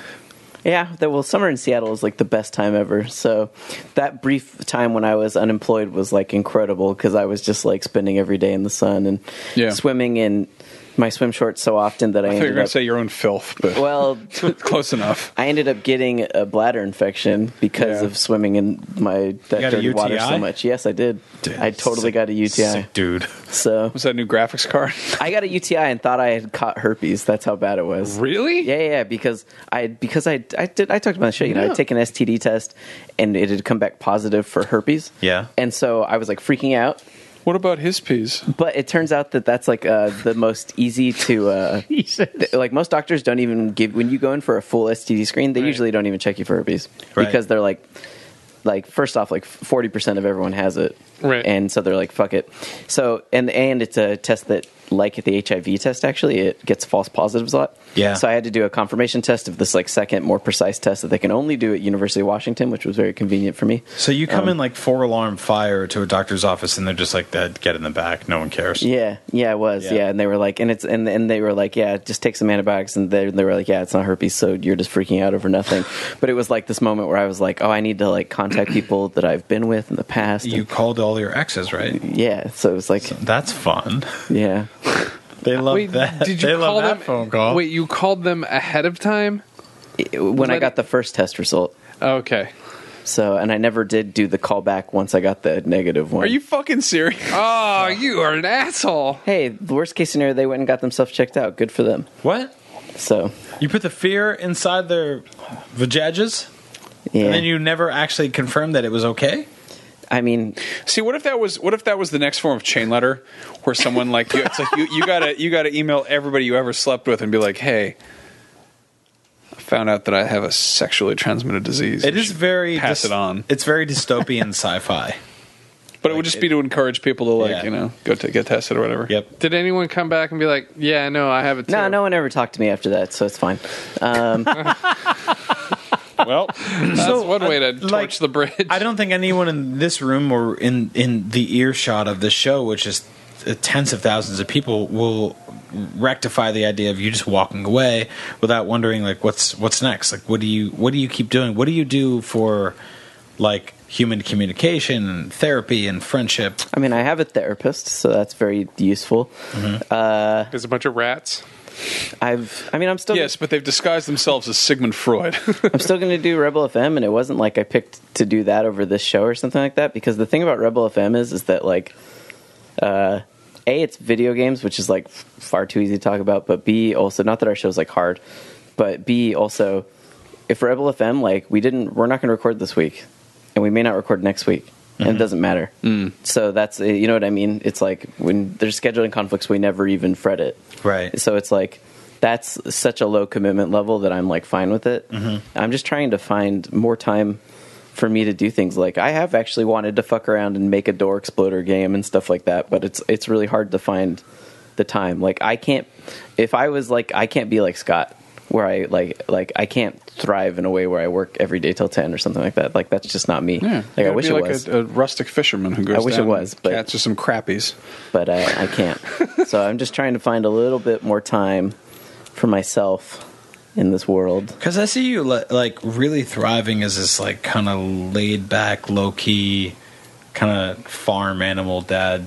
Speaker 2: Yeah, that well, summer in Seattle is like the best time ever. So that brief time when I was unemployed was like incredible because I was just like spending every day in the sun and
Speaker 3: Yeah.
Speaker 2: swimming in my swim shorts so often that I,
Speaker 3: I thought you were
Speaker 2: ended
Speaker 3: going
Speaker 2: up.
Speaker 3: to say your own filth, but
Speaker 2: well,
Speaker 3: close enough.
Speaker 2: I ended up getting a bladder infection because
Speaker 3: Yeah.
Speaker 2: of swimming in my that
Speaker 6: got a
Speaker 2: dirty water
Speaker 6: UTI?
Speaker 2: so much. Yes, I did. I totally
Speaker 6: Sick-
Speaker 2: got a UTI.
Speaker 6: sick dude.
Speaker 2: So
Speaker 3: Was that a new graphics card?
Speaker 2: I got a UTI and thought I had caught herpes. That's how bad it was.
Speaker 5: Really?
Speaker 2: Yeah, yeah, yeah, because I because I I did I talked about the show. You know, I take an STD test and it had come back positive for herpes.
Speaker 6: Yeah.
Speaker 2: and so I was like freaking out.
Speaker 5: What about his piece?
Speaker 2: But it turns out that that's like uh, the most easy to uh,
Speaker 4: Jesus.
Speaker 2: th- like most doctors don't even give when you go in for a full STD screen. They usually don't even check you for herpes
Speaker 6: Right.
Speaker 2: because they're like, like first off, like forty percent of everyone has it,
Speaker 5: Right.
Speaker 2: And so they're like, fuck it. So and and it's a test that like the HIV test actually, it gets false positives a lot.
Speaker 6: Yeah.
Speaker 2: So I had to do a confirmation test of this like second, more precise test that they can only do at University of Washington, which was very convenient for me.
Speaker 6: So you come in like four alarm fire to a doctor's office, and they're just like, "That get in the back. No one cares."
Speaker 2: Yeah, yeah, I was.
Speaker 6: Yeah.
Speaker 2: Yeah. and they were like, and it's and and they were like, yeah, just take some antibiotics, and they they were like, yeah, it's not herpes, so you're just freaking out over nothing. but it was like this moment where I was like, oh, I need to like contact people that I've been with in the past.
Speaker 6: You
Speaker 2: and-
Speaker 6: called all your exes, right?
Speaker 2: yeah, so it was like,
Speaker 6: That's fun.
Speaker 2: yeah,
Speaker 6: They love that.
Speaker 5: did you
Speaker 6: they
Speaker 5: call
Speaker 6: love that
Speaker 5: them?
Speaker 6: phone call?
Speaker 5: Wait, you called them ahead of time?
Speaker 2: It- when I
Speaker 5: Let-
Speaker 2: got the first test result.
Speaker 5: Okay.
Speaker 2: So, and I never did do the callback once I got the negative one.
Speaker 3: Are you fucking serious?
Speaker 5: Oh, you are an asshole.
Speaker 2: Hey, the worst case scenario, they went and got themselves checked out. Good for them.
Speaker 6: What?
Speaker 2: So,
Speaker 6: You put the fear inside their vajages,
Speaker 2: yeah.
Speaker 6: and then you never actually confirmed that it was okay.
Speaker 2: I mean,
Speaker 3: See, what if that was what if that was the next form of chain letter, where someone like you, it's like you, you gotta you gotta email everybody you ever slept with and be like, hey, I found out that I have a sexually transmitted disease.
Speaker 6: It
Speaker 3: You
Speaker 6: is
Speaker 3: should
Speaker 6: very
Speaker 3: pass
Speaker 6: dys-
Speaker 3: it on,
Speaker 6: It's very dystopian sci-fi.
Speaker 3: but it would just be to encourage people to like
Speaker 6: Yeah.
Speaker 3: you know go to get tested or whatever.
Speaker 6: Yep.
Speaker 5: Did anyone come back and be like, "Yeah, no, I have it too"?
Speaker 2: no, no one ever talked to me after that, so it's fine.
Speaker 3: Well,
Speaker 5: That's
Speaker 6: So,
Speaker 5: one way
Speaker 6: I-
Speaker 5: to
Speaker 6: like,
Speaker 5: torch the bridge.
Speaker 6: I don't think anyone in this room or in in the earshot of the show, which is tens of thousands of people, will rectify the idea of you just walking away without wondering like what's what's next. Like what do you what do you keep doing? What do you do for like human communication and therapy and friendship?
Speaker 2: I mean, I have a therapist, so that's very useful.
Speaker 5: There's a bunch of rats.
Speaker 2: I've, I mean, I'm still,
Speaker 3: yes, but they've disguised themselves as Sigmund Freud.
Speaker 2: I'm still going to do Rebel FM, and it wasn't like I picked to do that over this show or something like that. Because the thing about Rebel FM is, is that like, uh, a, it's video games, which is like f- far too easy to talk about. But b, also, not that our show's like hard, but b, also, if Rebel FM, like, we didn't, we're not going to record this week, and we may not record next week, and it doesn't matter. So that's, you know what I mean? It's like when there's scheduling conflicts, we never even fret it.
Speaker 6: Right.
Speaker 2: So it's like that's such a low commitment level that I'm like fine with it.
Speaker 3: Mm-hmm.
Speaker 2: I'm just trying to find more time for me to do things like I have actually wanted to fuck around and make a door exploder game and stuff like that, but it's it's really hard to find the time. Like I can't if I was like I can't be like Scott where I like like I can't thrive in a way where I work every day till 10 or something like that. Like that's just not me. like I
Speaker 3: You'd
Speaker 2: wish
Speaker 3: be
Speaker 2: it
Speaker 3: like
Speaker 2: was.
Speaker 3: A, a rustic fisherman who goes.
Speaker 2: I wish it
Speaker 3: down and
Speaker 2: was, but-
Speaker 3: catches some crappies.
Speaker 2: but uh, I, I can't. so I'm just trying to find a little bit more time for myself in this world.
Speaker 6: Because I see you li- like really thriving as this like kind of laid back, low key, kind of farm animal dad,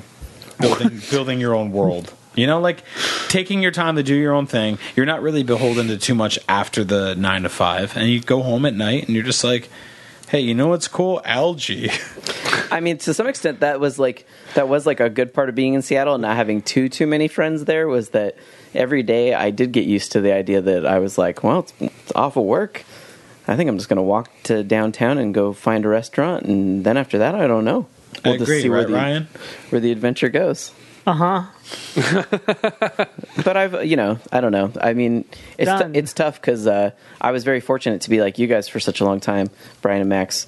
Speaker 6: building building your own world. You know, like taking your time to do your own thing. You're not really beholden to too much after the nine to five, and you go home at night, and you're just like, hey, you know what's cool? Algae.
Speaker 2: I mean, to some extent, that was like that was like a good part of being in Seattle and not having too too many friends there was that every day I did get used to the idea that I was like, well, it's, it's awful work. I think I'm just going to walk to downtown and go find a restaurant, and then after that, I don't know.
Speaker 6: I agree, right,
Speaker 2: the,
Speaker 6: Ryan?
Speaker 2: where the adventure goes.
Speaker 4: Uh huh.
Speaker 2: but I've you know I don't know. I mean, it's
Speaker 4: Done.
Speaker 2: it's tough because uh, I was very fortunate to be like you guys for such a long time, Brian and Max,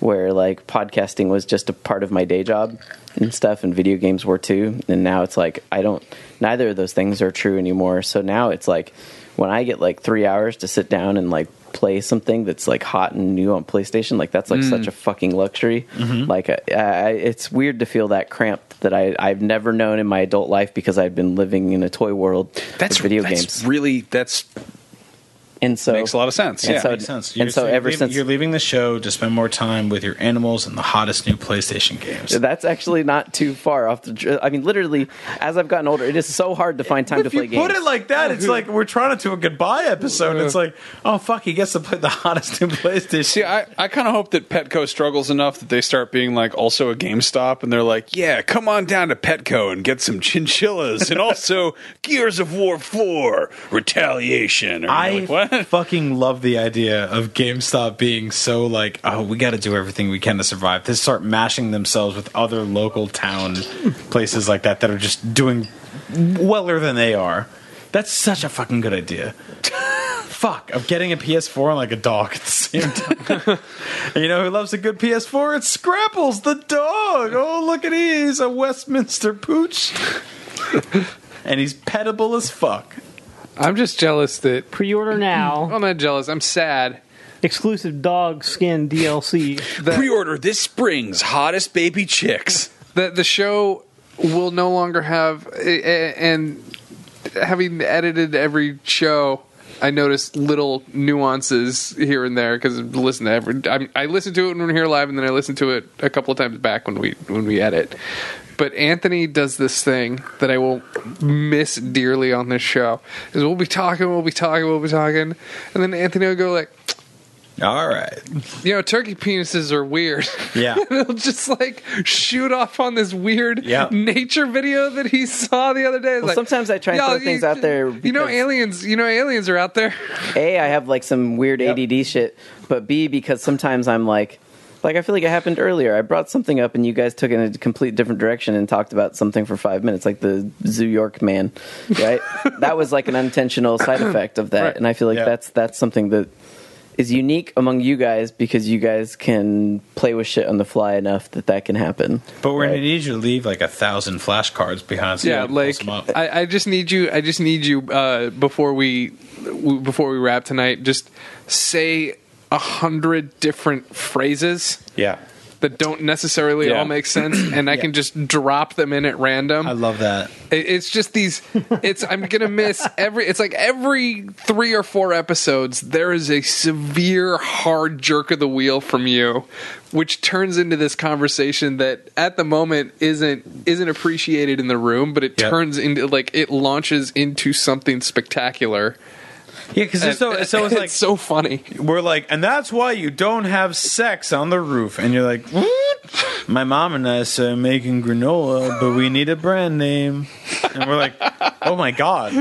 Speaker 2: where like podcasting was just a part of my day job and stuff, and video games were too. And now it's like I don't. Neither of those things are true anymore. So now it's like when I get like three hours to sit down and like play something that's like hot and new on PlayStation, like that's like
Speaker 3: Mm.
Speaker 2: such a fucking luxury.
Speaker 3: Mm-hmm.
Speaker 2: Like I, I, it's weird to feel that cramped that I I've never known in my adult life because I've been living in a toy world
Speaker 3: That's
Speaker 2: with video
Speaker 3: that's
Speaker 2: games.
Speaker 3: Really, that's
Speaker 2: and so
Speaker 3: makes a lot of sense.
Speaker 2: and
Speaker 3: yeah.
Speaker 2: so-
Speaker 6: Makes sense.
Speaker 2: and
Speaker 6: You're-
Speaker 2: so
Speaker 6: you're
Speaker 2: ever
Speaker 6: leaving-
Speaker 2: since-
Speaker 6: you're leaving the show to spend more time with your animals and the hottest new PlayStation games.
Speaker 2: that's actually not too far off the. dr- I mean, literally, as I've gotten older, it is so hard to find time to
Speaker 6: if
Speaker 2: play
Speaker 6: you
Speaker 2: games.
Speaker 6: put it like that, it's like we're trying to do a goodbye episode. It's like, oh fuck, he gets to play the hottest new PlayStation.
Speaker 3: See, I, I kind of hope that Petco struggles enough that they start being like also a GameStop and they're like, yeah, come on down to Petco and get some chinchillas and also Gears of War 4 Retaliation. Or
Speaker 6: I
Speaker 3: like, what?
Speaker 6: fucking love the idea of GameStop being so like, oh, we got to do everything we can to survive. They start mashing themselves with other local town places like that that are just doing weller than they are. That's such a fucking good idea. Fuck, I'm getting a PS4 and like a dog at the same time. And you know who loves a good PS4? It's Scrapples, the dog. Oh, look at he. He's a Westminster pooch. and he's pettable as fuck.
Speaker 5: I'm just jealous that.
Speaker 4: Pre-order now.
Speaker 6: Oh,
Speaker 5: I'm not jealous. I'm sad.
Speaker 4: Exclusive dog skin DLC.
Speaker 5: that-
Speaker 3: Pre-order this spring's hottest baby chicks.
Speaker 5: that the show will no longer have a- a- and having edited every show I noticed little nuances here and there because listen to every I, I listen to it when we're here live and then I listen to it a couple of times back when we when we edit. But Anthony does this thing that I will miss dearly on this show. Is we'll be talking, we'll be talking, we'll be talking, and then Anthony will go like,
Speaker 6: All right.
Speaker 5: you know, turkey penises are weird.
Speaker 6: Yeah.
Speaker 5: and it'll just like shoot off on this weird
Speaker 6: Yeah.
Speaker 5: nature video that he saw the other day. It's
Speaker 2: Well,
Speaker 5: like,
Speaker 2: sometimes I try and
Speaker 5: "Yo,
Speaker 2: throw
Speaker 5: you-
Speaker 2: things out there
Speaker 5: You know,
Speaker 2: because-
Speaker 5: aliens. You know, aliens are out there.
Speaker 2: A, I have like some weird ADD shit, but B, because sometimes I'm like, like I feel like it happened earlier. I brought something up and you guys took it in a complete different direction and talked about something for five minutes, like the Zoo York man, right? that was like an unintentional side effect of that, and I feel like
Speaker 6: Yeah.
Speaker 2: that's that's something that is unique among you guys because you guys can play with shit on the fly enough that that can happen.
Speaker 6: But we're
Speaker 2: right?
Speaker 6: gonna need you to leave like a thousand flashcards behind. So
Speaker 5: yeah,
Speaker 6: you can
Speaker 5: like
Speaker 6: post 'em up.
Speaker 5: I, I just need you. I just need you uh, before we w- before we wrap tonight. Just say a hundred different phrases
Speaker 6: yeah,
Speaker 5: that don't necessarily
Speaker 3: Yeah.
Speaker 5: all make sense, and I can just drop them in at random.
Speaker 6: I love that.
Speaker 5: It- It's just these. It's I'm gonna miss every. It's like every three or four episodes, there is a severe hard jerk of the wheel from you, which turns into this conversation that at the moment isn't isn't appreciated in the room, but it
Speaker 6: Yep.
Speaker 5: turns into like it launches into something spectacular.
Speaker 6: Yeah, because so
Speaker 5: And-
Speaker 6: so it's like
Speaker 5: it's so funny.
Speaker 6: we're like, and that's why you don't have sex on the roof. And you're like, "What?" my mom and I are making granola, but we need a brand name. And we're like, oh my god,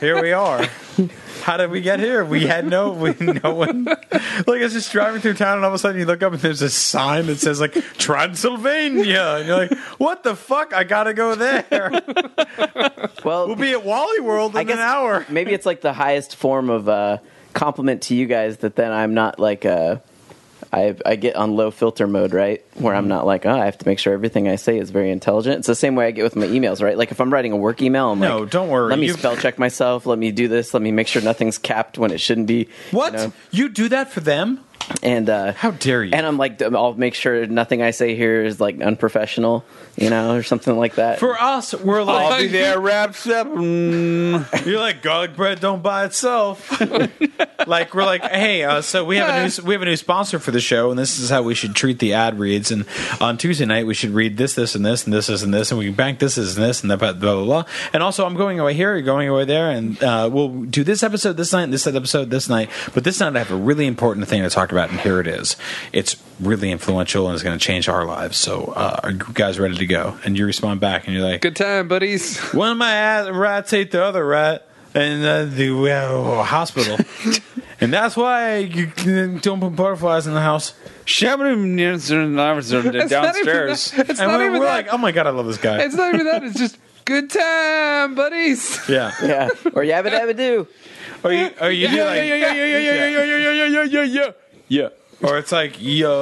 Speaker 6: here we are. How did we get here? We had no, we no one. Like it's just driving through town, and all of a sudden you look up and there's a sign that says like Transylvania, and you're like, what the fuck? I gotta go there.
Speaker 2: Well,
Speaker 6: We'll be at Wally World in
Speaker 2: I guess-
Speaker 6: an hour.
Speaker 2: maybe it's like the highest form of uh, compliment to you guys that then I'm not like uh, I I get on low filter mode, right? Where I'm not like, oh, I have to make sure everything I say is very intelligent. It's the same way I get with my emails, right? Like if I'm writing a work email, I'm
Speaker 6: No,
Speaker 2: like,
Speaker 6: don't worry.
Speaker 2: Let me
Speaker 6: You-
Speaker 2: spell check myself. Let me do this. Let me make sure nothing's capped when it shouldn't be. you
Speaker 6: What?
Speaker 2: know?
Speaker 6: You do that for them?
Speaker 2: And uh,
Speaker 6: How dare you.
Speaker 2: And I'm like, I'll make sure nothing I say here is like unprofessional, you know, or something like that.
Speaker 6: For us, we're like,
Speaker 3: I'll be there wrapped up. Mm.
Speaker 6: You're like garlic bread don't buy itself. like we're like, hey, uh, so we have a new we have a new sponsor for the show, and this is how we should treat the ad reads. And on Tuesday night, we should read this, this, and this, and this, this, and this, and we can bank this, this, and this, and that, blah blah blah. blah. And also, I'm going away here, you're going away there, and uh, we'll do this episode this night, and this episode this night. But this night, I have a really important thing to talk about, and here it is. It's really influential and it's going to change our lives. So, uh, are you guys ready to go? And you respond back, and you're like,
Speaker 5: Good time, buddies.
Speaker 6: one of my ass rats ate the other rat, and uh, the we have a hospital. and that's why you don't put butterflies in the house.
Speaker 3: Shaman downstairs.
Speaker 5: It's not
Speaker 6: and we're,
Speaker 5: even
Speaker 6: we're
Speaker 5: that.
Speaker 6: like, oh my god, I love this guy.
Speaker 5: it's not even that. It's just good time, buddies.
Speaker 6: yeah.
Speaker 2: yeah, or yabba dabba do.
Speaker 6: Or you, or you do like,
Speaker 3: yeah, yeah, yeah, yeah, yeah, yeah, yeah, yeah, yeah. Yeah.
Speaker 6: or it's like, yup,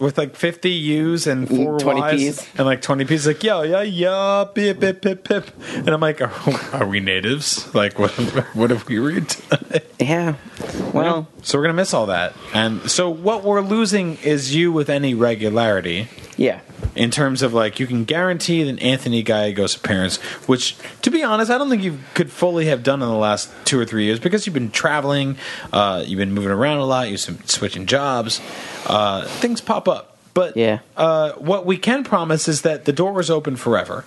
Speaker 6: with like 50 U's and four
Speaker 2: 20
Speaker 6: Y's
Speaker 2: P's.
Speaker 6: and like 20 P's, like, yo, yeah, yup, pip, pip, pip, pip. And I'm like, are, are we natives? Like, what, what have we read?
Speaker 2: Yeah. Well,
Speaker 6: so we're going to miss all that. And so what we're losing is you with any regularity.
Speaker 2: yeah.
Speaker 6: in terms of like you can guarantee that Anthony Gallegos appearance, which to be honest, I don't think you could fully have done in the last two or three years because you've been traveling, uh, you've been moving around a lot, you've been switching jobs, uh, things pop up. But
Speaker 2: Yeah.
Speaker 6: uh, what we can promise is that the door is open forever,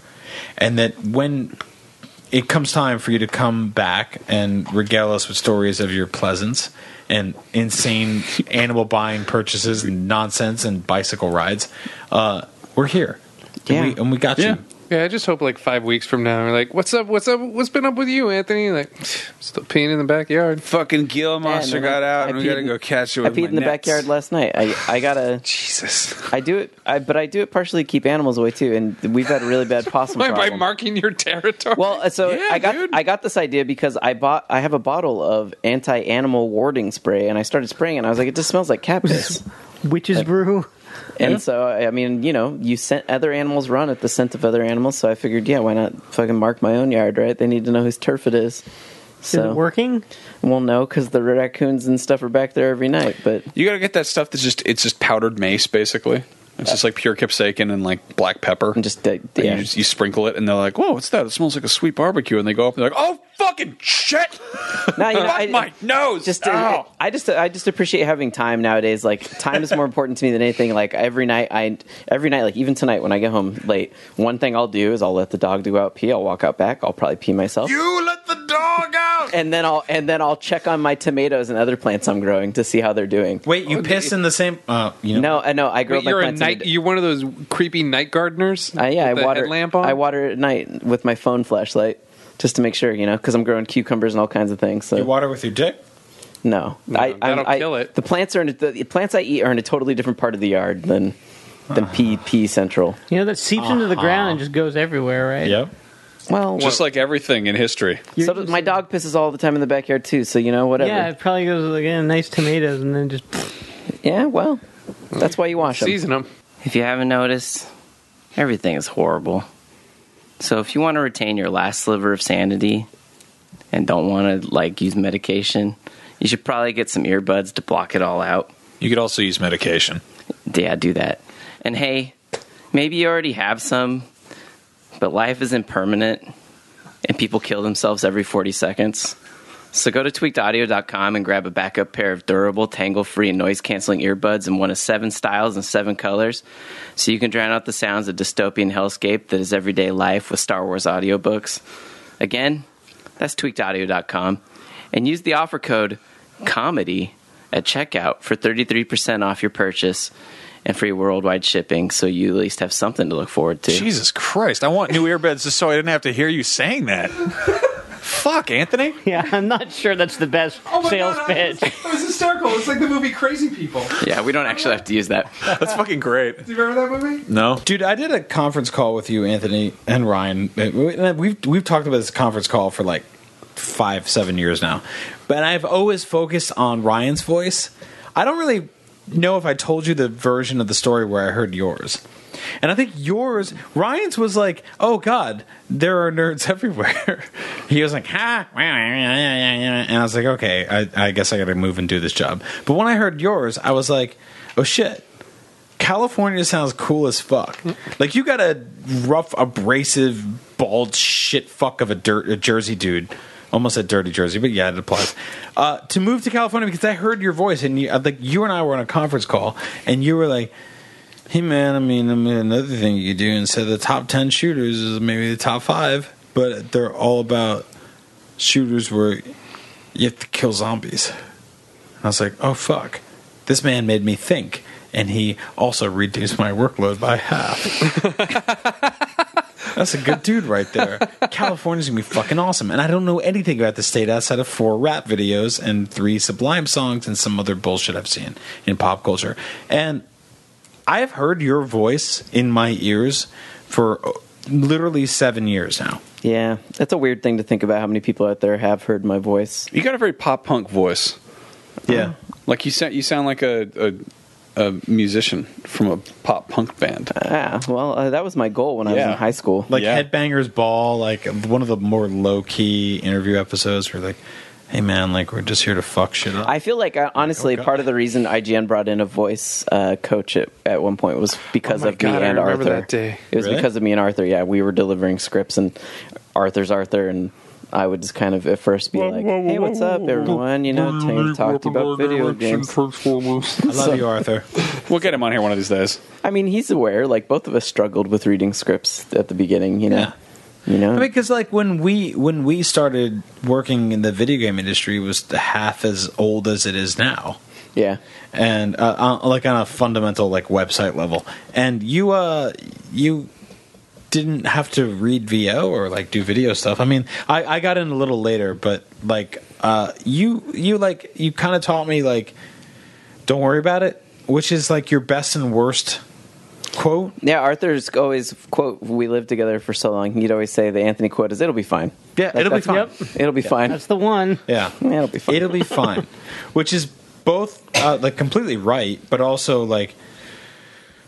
Speaker 6: and that when it comes time for you to come back and regale us with stories of your pleasance and insane animal buying purchases and nonsense and bicycle rides. Uh, we're here.
Speaker 2: Yeah.
Speaker 6: And, we, and we got you.
Speaker 5: Yeah, I just hope like five weeks from now, we're like, "What's up? What's up? What's been up with you, Anthony?" Like, still peeing in the backyard.
Speaker 3: Fucking Gila Monster
Speaker 2: man,
Speaker 3: got
Speaker 2: I-
Speaker 3: out,
Speaker 2: I
Speaker 3: and we
Speaker 2: peed
Speaker 3: gotta
Speaker 2: in-
Speaker 3: go catch it
Speaker 2: I
Speaker 3: with
Speaker 2: peed
Speaker 3: my
Speaker 2: in the
Speaker 3: nets.
Speaker 2: backyard last night. I I gotta
Speaker 5: Jesus!
Speaker 2: I do it, I, but I do it partially to keep animals away too. And we've had a really bad possum
Speaker 5: By, by
Speaker 2: problem.
Speaker 5: marking your territory.
Speaker 2: well, uh, so
Speaker 5: Yeah,
Speaker 2: I got
Speaker 5: dude.
Speaker 2: I got this idea because I bought I have a bottle of anti animal warding spray and I started spraying it. and I was like, it just smells like cat piss.
Speaker 4: Witch's brew.
Speaker 2: And so, I I mean, you know, you sent other animals run at the scent of other animals. So I figured, yeah, why not fucking mark my own yard, right? They need to know whose turf it is.
Speaker 4: Is
Speaker 2: So,
Speaker 4: it working?
Speaker 2: well, no, because the raccoons and stuff are back there every night. But
Speaker 3: You gotta get that stuff that's just it's just powdered mace basically. It's just like pure capsaicin and like black pepper.
Speaker 2: I'm just, uh,
Speaker 3: And
Speaker 2: yeah.
Speaker 3: you, just, you sprinkle it, and they're like, "Whoa, what's that? It smells like a sweet barbecue." And they go up and they're like, "Oh, fucking shit!
Speaker 2: No, you know,
Speaker 3: Fuck
Speaker 2: I-
Speaker 3: my nose!"
Speaker 2: just uh,
Speaker 3: Ow."
Speaker 2: I just I just appreciate having time nowadays. Like time is more important to me than anything. Like every night I every night like even tonight when I get home late, one thing I'll do is I'll let the dog do out pee. I'll walk out back. I'll probably pee myself.
Speaker 3: you let the dog out.
Speaker 2: and then I'll and then I'll check on my tomatoes and other plants I'm growing to see how they're doing.
Speaker 6: Wait, you piss in the same? Uh, you know,
Speaker 2: No, I know I grow
Speaker 5: Wait,
Speaker 2: my
Speaker 5: you're a
Speaker 2: plants. in
Speaker 5: night.
Speaker 2: the-
Speaker 5: You're one of those creepy night gardeners.
Speaker 2: I- Uh, yeah, I
Speaker 5: with the
Speaker 2: water
Speaker 5: headlamp on.
Speaker 2: I water it at night with my phone flashlight just to make sure, you know, because I'm growing cucumbers and all kinds of things. So
Speaker 6: you water with your dick.
Speaker 2: No, I,
Speaker 5: that'll
Speaker 2: I, I-
Speaker 5: kill it.
Speaker 2: The plants are in a, the plants I eat are in a totally different part of the yard than than P P Central.
Speaker 4: You know that seeps into the ground and just goes everywhere, right?
Speaker 6: Yep.
Speaker 2: Well,
Speaker 3: Just like everything in history,
Speaker 4: You're
Speaker 2: so does-
Speaker 4: just-
Speaker 2: my dog pisses all the time in the backyard too. So you know, whatever.
Speaker 4: Yeah,
Speaker 2: Yeah,
Speaker 4: it probably goes again. Nice tomatoes, and then just
Speaker 2: well, that's why you wash them.
Speaker 5: Season them.
Speaker 7: If you haven't noticed, everything is horrible. So if you want to retain your last sliver of sanity and don't want to like use medication, you should probably get some earbuds to block it all out.
Speaker 3: you could also use medication.
Speaker 7: Yeah, do that. And hey, maybe you already have some, but life is impermanent and people kill themselves every 40 seconds. So go to tweakedaudio.com and grab a backup pair of durable, tangle free, and noise canceling earbuds in one of seven styles and seven colors so you can drown out the sounds of dystopian hellscape that is everyday life with Star Wars audiobooks. Again, that's tweakedaudio.com. And use the offer code COMEDY at checkout for 33% off your purchase and free worldwide shipping so you at least have something to look forward to.
Speaker 3: Jesus Christ! I want new earbuds just so I didn't have to hear you saying that. Fuck, Anthony.
Speaker 4: yeah. I'm not sure that's the best sales pitch.
Speaker 5: That was hysterical. It's like the movie Crazy People.
Speaker 7: Yeah, we don't actually have to use that.
Speaker 3: That's fucking great.
Speaker 5: Do you remember that movie?
Speaker 3: No,
Speaker 6: Dude, I did a conference call with you, Anthony and Ryan. And We've we've talked about this conference call for like five, seven years now, but I've always focused on Ryan's voice. I don't really know if I told you the version of the story where I heard yours, and I think yours, Ryan's was like, "Oh God, there are nerds everywhere." he was like, "Ha," and I was like, "Okay, I, I guess I got to move and do this job." But when I heard yours, I was like, "Oh shit." California sounds cool as fuck. Like you got a rough, abrasive, bald shit fuck of a, dirt, a Jersey dude. Almost a dirty Jersey, but yeah, it applies. Uh, to move to California because I heard your voice and you, I think you and I were on a conference call and you were like, "Hey man, I mean, I mean another thing you could do instead of the top ten shooters is maybe the top five, but they're all about shooters where you have to kill zombies." I was like, oh fuck, this man made me think, and he also reduced my workload by half. That's a good dude right there. California's gonna be fucking awesome, and I don't know anything about the state outside of four rap videos and three Sublime songs and some other bullshit I've seen in pop culture. And I've heard your voice in my ears for uh, literally seven years now.
Speaker 2: Yeah, that's a weird thing to think about. How many people out there have heard my voice?
Speaker 3: you got a very pop punk voice.
Speaker 6: Yeah,
Speaker 3: Like you sound, you sound like a, a, a musician from a pop punk band.
Speaker 2: Ah, well, uh, that was my goal when I was
Speaker 3: Yeah.
Speaker 2: in high school.
Speaker 6: like
Speaker 3: Yeah.
Speaker 6: headbangers ball like one of the more low-key interview episodes where like hey man like we're just here to fuck shit up
Speaker 2: I feel like uh, honestly,
Speaker 6: God.
Speaker 2: part of the reason IGN brought in a voice uh, coach at, at one point was because
Speaker 5: Oh my
Speaker 2: of
Speaker 5: God,
Speaker 2: me
Speaker 5: I
Speaker 2: and
Speaker 5: remember
Speaker 2: Arthur.
Speaker 5: that day.
Speaker 2: It was
Speaker 6: Really?
Speaker 2: because of me and Arthur. Yeah, we were delivering scripts, and Arthur's Arthur, and I would just kind of at first be like, "Hey, what's up, everyone? You know, t- talk to you about video games."
Speaker 6: i love you arthur
Speaker 3: We'll get him on here one of these days.
Speaker 2: I mean, he's aware. Like both of us struggled with reading scripts at the beginning. You know,
Speaker 6: Yeah.
Speaker 2: you know.
Speaker 6: I mean, because like when we when we started working in the video game industry it was half as old as it is now
Speaker 2: yeah.
Speaker 6: and uh, on, like on a fundamental like website level and you uh you didn't have to read vo or like do video stuff i mean i i got in a little later but like uh you you like you kind of taught me like don't worry about it which is like your best and worst quote
Speaker 2: Yeah, Arthur's always quote, "We lived together for so long." He'd always say the Anthony quote is, "It'll be fine."
Speaker 6: Yeah, it'll be
Speaker 2: that's- It'll be fine.
Speaker 4: That's the one.
Speaker 6: yeah
Speaker 2: Yeah, it'll be fine.
Speaker 6: It'll be fine. Which is both uh, like completely right, but also like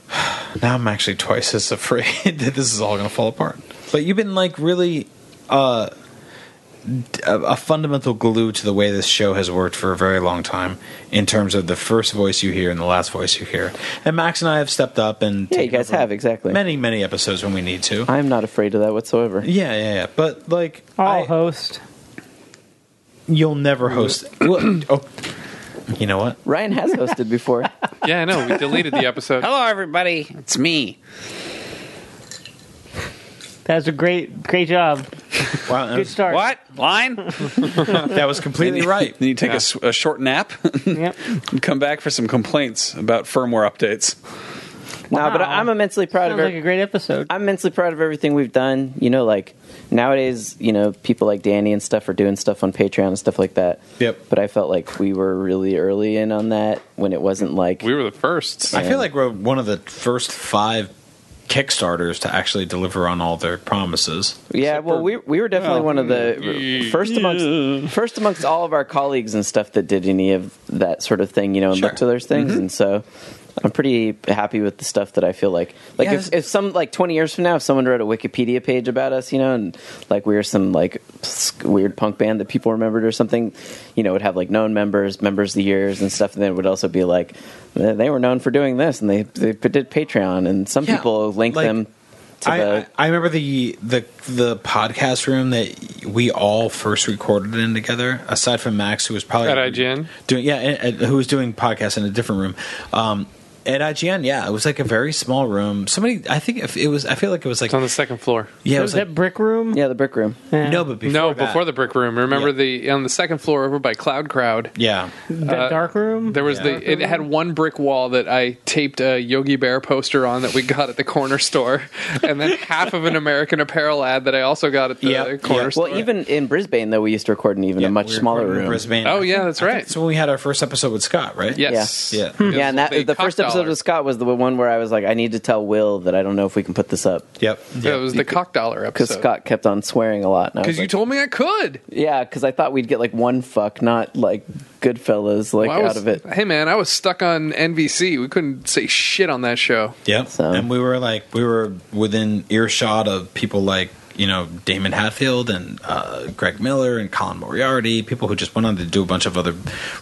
Speaker 6: now I'm actually twice as afraid that this is all going to fall apart. But you've been like really uh, d- a, a fundamental glue to the way this show has worked for a very long time in terms of the first voice you hear and the last voice you hear. And Max and I have stepped up and
Speaker 2: Yeah, you
Speaker 6: taken
Speaker 2: guys
Speaker 6: over
Speaker 2: have, exactly.
Speaker 6: many many episodes when we need to.
Speaker 2: I'm not afraid of that whatsoever.
Speaker 6: yeah, yeah, yeah. But like
Speaker 4: I'll
Speaker 6: I-
Speaker 4: host.
Speaker 6: you'll never host. Well, oh, you know what?
Speaker 2: Ryan has hosted before.
Speaker 5: Yeah, I know. We deleted the episode.
Speaker 7: Hello, everybody. It's me.
Speaker 4: That's a great, great job.
Speaker 6: Wow, that
Speaker 4: Good
Speaker 6: was,
Speaker 4: start.
Speaker 3: What line?
Speaker 6: that was completely right.
Speaker 3: Then you take a s a a, short nap
Speaker 4: Yep.
Speaker 3: and come back for some complaints about firmware updates.
Speaker 2: No, but
Speaker 4: Wow.
Speaker 2: I'm immensely proud
Speaker 4: Sounds
Speaker 2: of
Speaker 4: like
Speaker 2: it.
Speaker 4: a great episode.
Speaker 2: I'm immensely proud of everything we've done. You know, like nowadays, you know, people like Danny and stuff are doing stuff on Patreon and stuff like that.
Speaker 6: Yep.
Speaker 2: But I felt like we were really early in on that when it wasn't like
Speaker 5: We were the first.
Speaker 6: I feel like we're one of the first five Kickstarters to actually deliver on all their promises.
Speaker 2: Yeah, well, we we were definitely one of the first amongst first amongst all of our colleagues and stuff that did any of that sort of thing, you know, and looked to those things,
Speaker 6: Mm-hmm.
Speaker 2: and so I'm pretty happy with the stuff that I feel like like
Speaker 6: Yeah,
Speaker 2: if
Speaker 6: that's-
Speaker 2: if some like 20 years from now, if someone wrote a Wikipedia page about us, you know, and like we were some like sk- weird punk band that people remembered or something, you know, would have like known members, members of the years and stuff, and then it would also be like they they were known for doing this, and they they did Patreon, and some
Speaker 6: Yeah,
Speaker 2: people link
Speaker 6: like,
Speaker 2: them. To
Speaker 6: I,
Speaker 2: the,
Speaker 6: I remember the the the podcast room that we all first recorded in together. Aside from Max, who was probably
Speaker 5: At IGN?
Speaker 6: doing yeah, and- and who was doing podcasts in a different room. Um, at IGN, yeah, it was like a very small room. Somebody, I think if it was, I feel like it was like
Speaker 5: It's on the second floor.
Speaker 6: yeah, it
Speaker 4: was
Speaker 6: was
Speaker 4: that
Speaker 6: like,
Speaker 4: brick room?
Speaker 2: yeah, the brick room.
Speaker 4: Yeah.
Speaker 6: no, but before
Speaker 5: no,
Speaker 6: that,
Speaker 5: before the brick room. Remember
Speaker 6: Yeah.
Speaker 5: the on the second floor over by Cloud Crowd.
Speaker 6: yeah,
Speaker 4: that
Speaker 5: uh,
Speaker 4: dark room.
Speaker 5: There was
Speaker 6: Yeah.
Speaker 5: the it had one brick wall that I taped a Yogi Bear poster on that we got at the corner store, and then half of an American Apparel ad that I also got at the
Speaker 6: Yeah,
Speaker 5: corner
Speaker 6: yeah. Well,
Speaker 5: store.
Speaker 2: Well, even in Brisbane, though, we used to record in even
Speaker 6: yeah,
Speaker 2: a much
Speaker 6: we
Speaker 2: smaller
Speaker 6: recorded in
Speaker 2: room.
Speaker 6: Brisbane.
Speaker 5: Oh, yeah, that's
Speaker 6: I think
Speaker 5: right.
Speaker 6: That's when we had our first episode with Scott, right?
Speaker 5: yes, Hmm.
Speaker 6: Yeah.
Speaker 5: It was
Speaker 2: Yeah, and that the,
Speaker 5: cock
Speaker 2: first episode
Speaker 5: dollar.
Speaker 2: with Scott was the one where I was like, I need to tell Will that I don't know if we can put this up
Speaker 6: Yep.
Speaker 5: Yeah, it was the cock dollar
Speaker 2: because
Speaker 5: episode.
Speaker 2: Scott kept on swearing a lot.
Speaker 5: because you
Speaker 2: like,
Speaker 5: told me I could.
Speaker 2: yeah, because I thought we'd get like one fuck, not like Goodfellas, like
Speaker 5: Well, I
Speaker 2: out
Speaker 5: was-
Speaker 2: of it.
Speaker 5: Hey man, I was stuck on NBC. We couldn't say shit on that show.
Speaker 6: Yep.
Speaker 2: So-
Speaker 6: And we were like, we were within earshot of people like, you know, Damon Hatfield and uh, Greg Miller and Colin Moriarty, people who just went on to do a bunch of other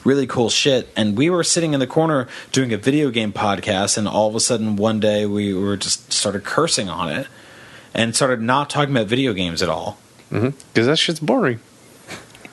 Speaker 6: really cool shit. And we were sitting in the corner doing a video game podcast, and all of a sudden one day we were just started cursing on it and started not talking about video games at all.
Speaker 5: Because that shit's boring.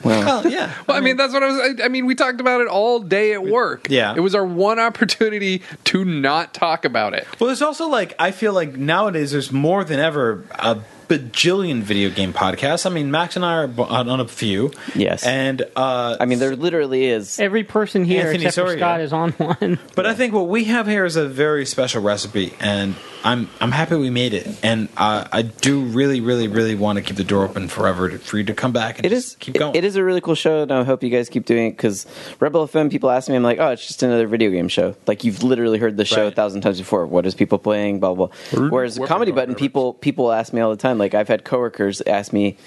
Speaker 2: Well,
Speaker 6: Well, yeah.
Speaker 5: Well, I mean, that's what I was. I, I mean, we talked about it all day at work.
Speaker 6: Yeah.
Speaker 5: It was our one opportunity to not talk about it.
Speaker 6: Well, there's also like I feel like nowadays there's more than ever a bajillion video game podcasts. I mean, Max and I are on on a few.
Speaker 2: Yes.
Speaker 6: and uh,
Speaker 2: I mean, there literally is.
Speaker 4: Every person here
Speaker 6: Anthony
Speaker 4: except for
Speaker 6: Soria.
Speaker 4: Scott is on one.
Speaker 6: but I think what we have here is a very special recipe, and I'm I'm happy we made it, and uh, I do really, really, really want to keep the door open forever to, for you to come back and
Speaker 2: It
Speaker 6: just
Speaker 2: is.
Speaker 6: keep going.
Speaker 2: It is a really cool show, and I hope you guys keep doing it because Rebel FM. People ask me, I'm like, oh, it's just another video game show. Like you've literally heard the show a
Speaker 6: Right.
Speaker 2: thousand times before. What is people playing? Blah blah. blah. Whereas the comedy button, people people ask me all the time. Like I've had coworkers ask me,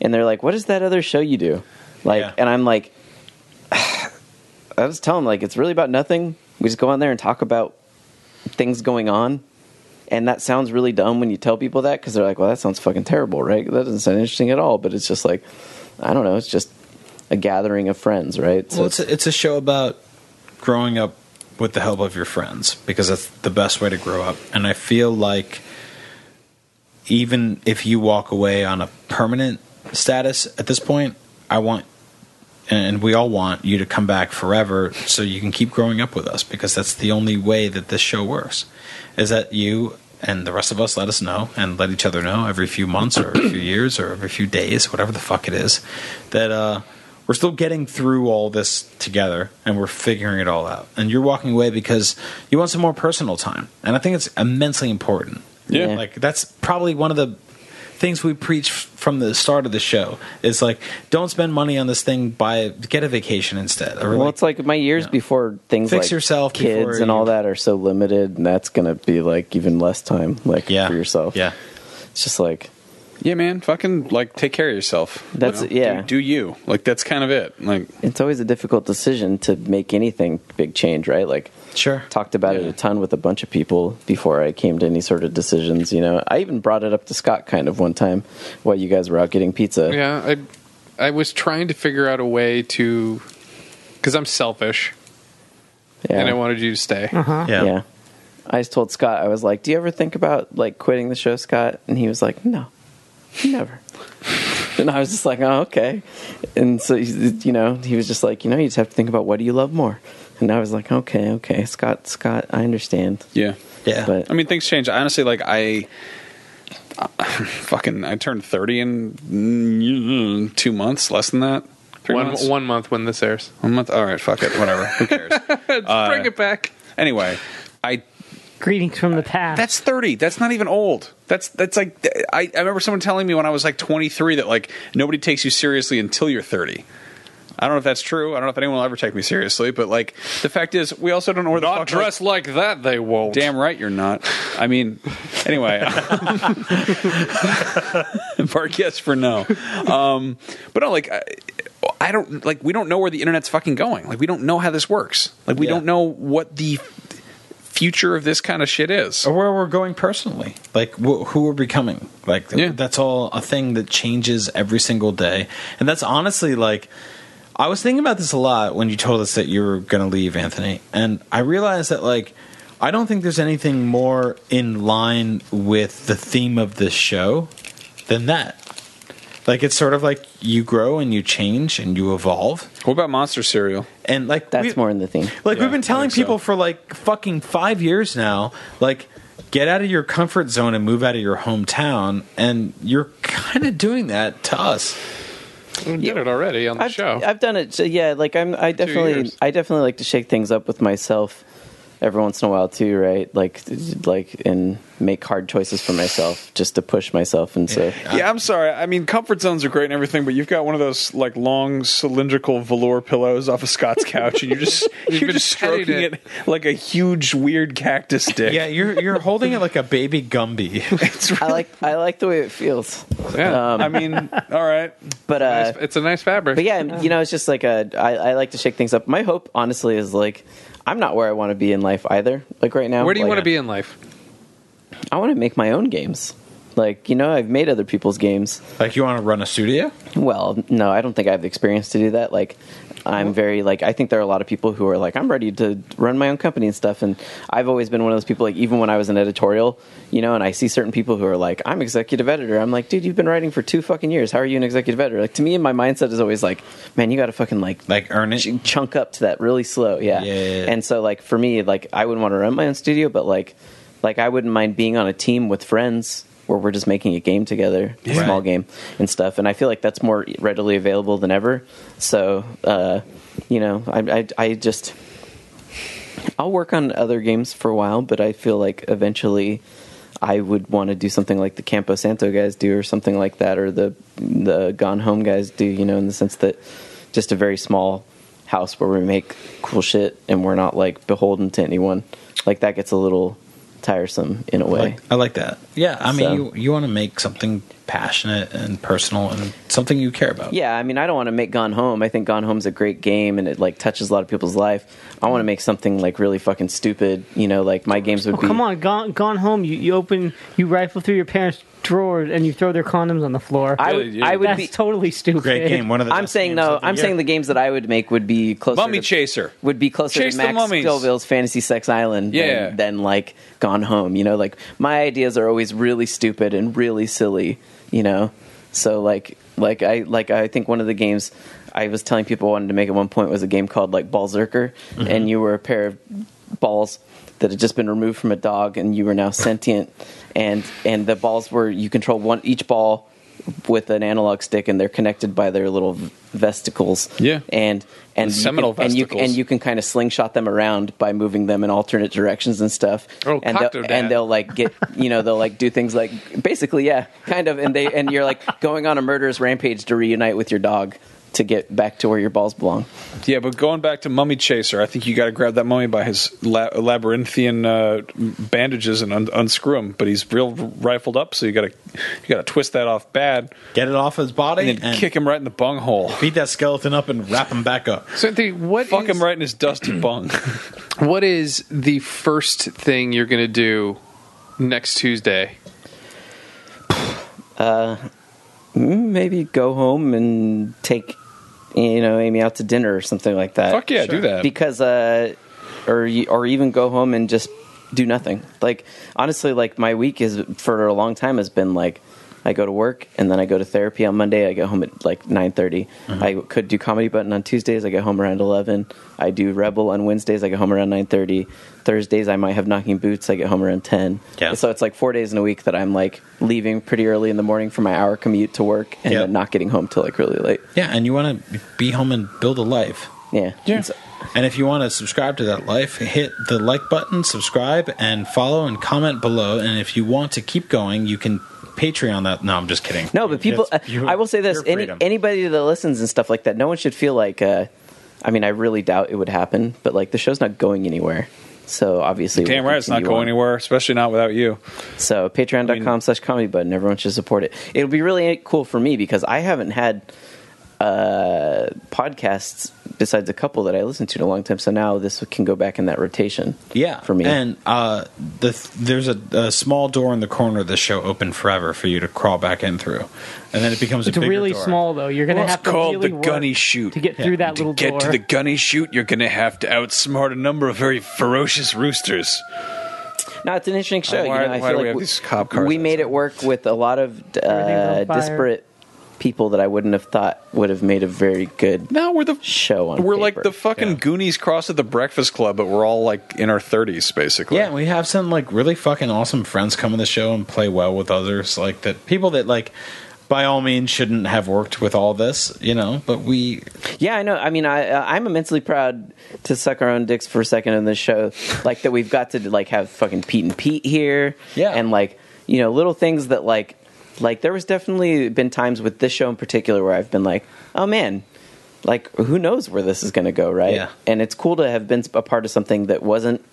Speaker 2: and they're like, what is that other show you do? Like,
Speaker 6: Yeah.
Speaker 2: and I'm like, I was telling them like it's really about nothing. We just go on there and talk about things going on. And that sounds really dumb when you tell people that because they're like, well, that sounds fucking terrible, right? That doesn't sound interesting at all. But it's just like, I don't know. It's just a gathering of friends, right? So
Speaker 6: well, it's a, it's a show about growing up with the help of your friends because that's the best way to grow up. And I feel like even if you walk away on a permanent status at this point, I want and we all want you to come back forever so you can keep growing up with us because that's the only way that this show works is that you and the rest of us let us know and let each other know every few months or every few years or every few days whatever the fuck it is that uh we're still getting through all this together and we're figuring it all out and you're walking away because you want some more personal time and i think it's immensely important
Speaker 2: Yeah. Yeah.
Speaker 6: like that's probably one of the things we preach f- from the start of the show is like don't spend money on this thing buy get a vacation instead or
Speaker 2: well,
Speaker 6: like,
Speaker 2: it's like my years
Speaker 6: Yeah.
Speaker 2: before things
Speaker 6: Fix
Speaker 2: like
Speaker 6: yourself
Speaker 2: kids,
Speaker 6: before
Speaker 2: and all
Speaker 6: you-
Speaker 2: that are so limited, and that's gonna be like even less time, like
Speaker 6: yeah
Speaker 2: for yourself.
Speaker 6: yeah
Speaker 2: it's just like
Speaker 3: Yeah, man, fucking like take care of yourself. you
Speaker 2: That's-
Speaker 3: know?
Speaker 2: yeah.
Speaker 3: Do, do you like that's kind of it. Like
Speaker 2: It's always a difficult decision to make anything big change, right? Like
Speaker 6: Sure.
Speaker 2: talked about it
Speaker 3: Yeah.
Speaker 2: a ton with a bunch of people before I came to any sort of decisions. You know, I even brought it up to Scott kind of one time while you guys were out getting pizza.
Speaker 5: Yeah, I I was trying to figure out a way to because I'm selfish
Speaker 2: Yeah.
Speaker 5: and I wanted you to stay.
Speaker 2: yeah. I just told Scott, I was like, "Do you ever think about like quitting the show, Scott?" And he was like, "No, never." and I was just like, "Oh, okay." And so you know, he was just like, "You know, you just have to think about what do you love more." And I was like, "Okay, okay, Scott, Scott, I understand."
Speaker 3: yeah.
Speaker 6: Yeah.
Speaker 2: But
Speaker 3: I mean, things change. Honestly, like I, fucking, I turned thirty in two months, less than that. Three
Speaker 5: One
Speaker 3: months.
Speaker 5: one month when this airs,
Speaker 3: One month. All right, fuck it, whatever. Who cares?
Speaker 5: bring it back.
Speaker 3: anyway, I
Speaker 4: Greetings from the past.
Speaker 3: That's 30. That's not even old. That's that's like I, I remember someone telling me when I was like 23 that like nobody takes you seriously until you're 30. I don't know if that's true. I don't know if anyone will ever take me seriously, but like the fact is, we also don't know where the fuck.
Speaker 5: Dressed like that, they won't.
Speaker 3: damn right you're not. I mean, anyway, mark yes for no. Um, but no, like I, I don't like we don't know where the internet's fucking going. Like we don't know how this works. Like we
Speaker 6: Yeah.
Speaker 3: don't know what the future of this kind of shit is.
Speaker 6: or where we're going personally like wh- who we're becoming like
Speaker 3: Yeah.
Speaker 6: that's all a thing that changes every single day and that's honestly like i was thinking about this a lot when you told us that you were going to leave anthony and i realized that like i don't think there's anything more in line with the theme of this show than that like it's sort of like you grow and you change and you evolve
Speaker 3: What about monster cereal?
Speaker 6: and like
Speaker 2: that's
Speaker 6: we-
Speaker 2: more in the theme.
Speaker 6: like
Speaker 3: Yeah,
Speaker 6: we've been
Speaker 3: I
Speaker 6: telling
Speaker 3: think so.
Speaker 6: people for like fucking five years now, like get out of your comfort zone and move out of your hometown, and you're kind of doing that to us.
Speaker 5: We did it already on the
Speaker 2: I've,
Speaker 5: show.
Speaker 2: I've done it. so yeah, like I'm. I definitely.
Speaker 5: years.
Speaker 2: I definitely like to shake things up with myself every once in a while too, right? Like, like, and make hard choices for myself just to push myself. And so,
Speaker 3: Yeah, I'm sorry. I mean, comfort zones are great and everything, but you've got one of those like long cylindrical velour pillows off of Scott's couch, and you're just you're
Speaker 5: been
Speaker 3: just
Speaker 5: petting
Speaker 3: stroking it.
Speaker 5: it.
Speaker 3: like a huge weird cactus dick.
Speaker 6: Yeah, you're you're holding it like a baby Gumby.
Speaker 3: it's really,
Speaker 2: I like. I like the way it feels.
Speaker 5: yeah,
Speaker 3: I mean, all right.
Speaker 2: But uh,
Speaker 5: Nice- it's a nice fabric.
Speaker 2: But yeah, you know, it's just like a, I, I like to shake things up. My hope, honestly, is like I'm not where I want to be in life either. Like right now,
Speaker 5: Where do you
Speaker 2: like,
Speaker 5: want to be in life?
Speaker 2: I want to make my own games. Like you know, I've made other people's games.
Speaker 6: like you want to run a studio?
Speaker 2: Well, no, I don't think I have the experience to do that. Like, I'm very like I think there are a lot of people who are like I'm ready to run my own company and stuff. And I've always been one of those people. Like even when I was an editorial, you know, and I see certain people who are like I'm executive editor. I'm like, dude, you've been writing for two fucking years. How are you an executive editor? Like to me, my mindset is always like, man, you got to fucking like
Speaker 6: Like earn it?
Speaker 2: ch- chunk up to that really slow. Yeah.
Speaker 6: Yeah, yeah, yeah.
Speaker 2: And so like for me, like I wouldn't want to run my own studio, but like like I wouldn't mind being on a team with friends where we're just making a game together, a small
Speaker 6: Right.
Speaker 2: game and stuff. And I feel like that's more readily available than ever. So uh, you know, I, I I just I'll work on other games for a while, but I feel like eventually I would want to do something like the Campo Santo guys do, or something like that, or the the Gone Home guys do. You know, in the sense that just a very small house where we make cool shit and we're not like beholden to anyone. Like that gets a little tiresome in a way.
Speaker 6: Like, I like that. Yeah, I mean,
Speaker 2: So-
Speaker 6: you you want to make something passionate and personal and something you care about.
Speaker 2: yeah, I mean, I don't want to make Gone Home. I think Gone Home's a great game, and it like touches a lot of people's life. I want to make something like really fucking stupid. You know, like my games would
Speaker 4: oh,
Speaker 2: be
Speaker 4: come on, gone, gone home. You, you open, you rifle through your parents' drawers and you throw their condoms on the floor.
Speaker 2: I would, I would
Speaker 4: That's
Speaker 2: be
Speaker 4: totally stupid.
Speaker 6: Great game. One of the
Speaker 2: I'm
Speaker 6: best
Speaker 2: saying
Speaker 6: games
Speaker 2: no.
Speaker 6: of the
Speaker 2: I'm
Speaker 6: year.
Speaker 2: saying the games that I would make would be closer.
Speaker 3: Mummy
Speaker 2: to,
Speaker 3: Chaser.
Speaker 2: would be closer
Speaker 3: Chase
Speaker 2: to
Speaker 3: the
Speaker 2: Max
Speaker 3: mummies.
Speaker 2: Scoville's Fantasy Sex Island
Speaker 3: Yeah.
Speaker 2: than, than like Gone Home. You know, like my ideas are always really stupid and really silly. You know, so like like I like I think one of the games. I was telling people I wanted to make at one point was a game called like Ballzerker,
Speaker 3: Mm-hmm.
Speaker 2: and you were a pair of balls that had just been removed from a dog, and you were now sentient, and and the balls were you control one each ball with an analog stick, and they're connected by their little v- vesicles.
Speaker 3: Yeah.
Speaker 2: and and
Speaker 3: The
Speaker 2: you
Speaker 3: seminal
Speaker 2: can, and you
Speaker 3: vesicles.
Speaker 2: and you can kind of slingshot them around by moving them in alternate directions and stuff.
Speaker 5: Oh,
Speaker 2: and
Speaker 5: cocked
Speaker 2: they'll,
Speaker 5: her
Speaker 2: and
Speaker 5: dad.
Speaker 2: they'll like get you know they'll like do things like basically yeah, kind of. And they and you're like going on a murderous rampage to reunite with your dog. to get back to where your balls belong.
Speaker 3: Yeah, but going back to Mummy Chaser, I think you got to grab that mummy by his la- labyrinthian uh, bandages and un- unscrew him. But he's real rifled up, so you got to you got to twist that off bad
Speaker 6: Get it off his body
Speaker 3: and then
Speaker 6: and,
Speaker 3: kick him right in the bunghole.
Speaker 6: beat that skeleton up and wrap him back up.
Speaker 5: So, Anthony, what
Speaker 3: Fuck
Speaker 5: is-
Speaker 3: him right in his dusty bung.
Speaker 5: What is the first thing you're going to do next Tuesday?
Speaker 2: Mm, Maybe go home and take you know Amy out to dinner or something like that.
Speaker 3: Fuck yeah, do that.
Speaker 2: because uh or y- or even go home and just do nothing like honestly like my week is for a long time has been like i go to work and then i go to therapy on monday i get home at like 9.30
Speaker 3: Mm-hmm.
Speaker 2: i could do comedy button on tuesdays i get home around 11 i do rebel on wednesdays i get home around 9.30 thursdays i might have knocking boots i get home around 10
Speaker 6: Yeah.
Speaker 2: so it's like four days in a week that i'm like leaving pretty early in the morning for my hour commute to work and
Speaker 6: Yeah.
Speaker 2: then not getting home till like really late
Speaker 6: Yeah, and you want to be home and build a life.
Speaker 2: yeah
Speaker 6: And so- And if you want to subscribe to that life, hit the like button, subscribe, and follow and comment below. And if you want to keep going, you can Patreon that. No, I'm just kidding.
Speaker 2: No, but people.
Speaker 6: That's your-
Speaker 2: I will say this:
Speaker 6: your
Speaker 2: any,
Speaker 6: freedom.
Speaker 2: anybody that listens and stuff like that, no one should feel like. Uh, I mean, I really doubt it would happen, but like the show's not going anywhere. So obviously,
Speaker 3: Damn
Speaker 2: we'll
Speaker 3: right, it's not
Speaker 2: continue on.
Speaker 3: going anywhere, especially not without you.
Speaker 2: So patreon.com slash comedy button. Everyone should support it. It'll be really cool for me because I haven't had uh, podcasts besides a couple that I listened to in a long time. So now this can go back in that rotation.
Speaker 6: Yeah,
Speaker 2: For me.
Speaker 6: And uh, the th- there's a, a small door in the corner of the show open forever for you to crawl back in through, and then it becomes
Speaker 4: It's
Speaker 6: a bigger
Speaker 4: really
Speaker 6: door.
Speaker 4: small though. You're gonna
Speaker 3: Well, it's
Speaker 4: have to
Speaker 3: called
Speaker 4: really
Speaker 3: the
Speaker 4: work
Speaker 3: gunny shoot.
Speaker 4: to get through that
Speaker 3: to
Speaker 4: little
Speaker 3: get
Speaker 4: door.
Speaker 3: to the gunny shoot, you're going to have to outsmart a number of very ferocious roosters.
Speaker 2: No, it's an interesting show.
Speaker 3: Why-
Speaker 2: you know, I
Speaker 3: why
Speaker 2: feel
Speaker 3: do
Speaker 2: like
Speaker 3: we have these cop cars
Speaker 2: we made it
Speaker 3: outside?
Speaker 2: work with a lot of
Speaker 4: Everything's
Speaker 2: uh,
Speaker 4: on fire.
Speaker 2: disparate people that I wouldn't have thought would have made a very good
Speaker 3: No, we're the
Speaker 2: show on.
Speaker 3: We're like
Speaker 2: paper.
Speaker 3: the fucking Goonies cross at the Breakfast Club, but we're all like in our thirties, basically.
Speaker 6: Yeah, and we have some like really fucking awesome friends come on the show and play well with others, like that people that like by all means shouldn't have worked with all this, you know. But we
Speaker 2: yeah. I know. I mean, I uh, I'm immensely proud to suck our own dicks for a second in this show. like that, we've got to like have fucking Pete and Pete here.
Speaker 6: Yeah.
Speaker 2: and like you know, little things that like like there was definitely been times with this show in particular where I've been like, oh man. Like who knows where this is going to go, right?
Speaker 6: Yeah.
Speaker 2: And it's cool to have been a part of something that wasn't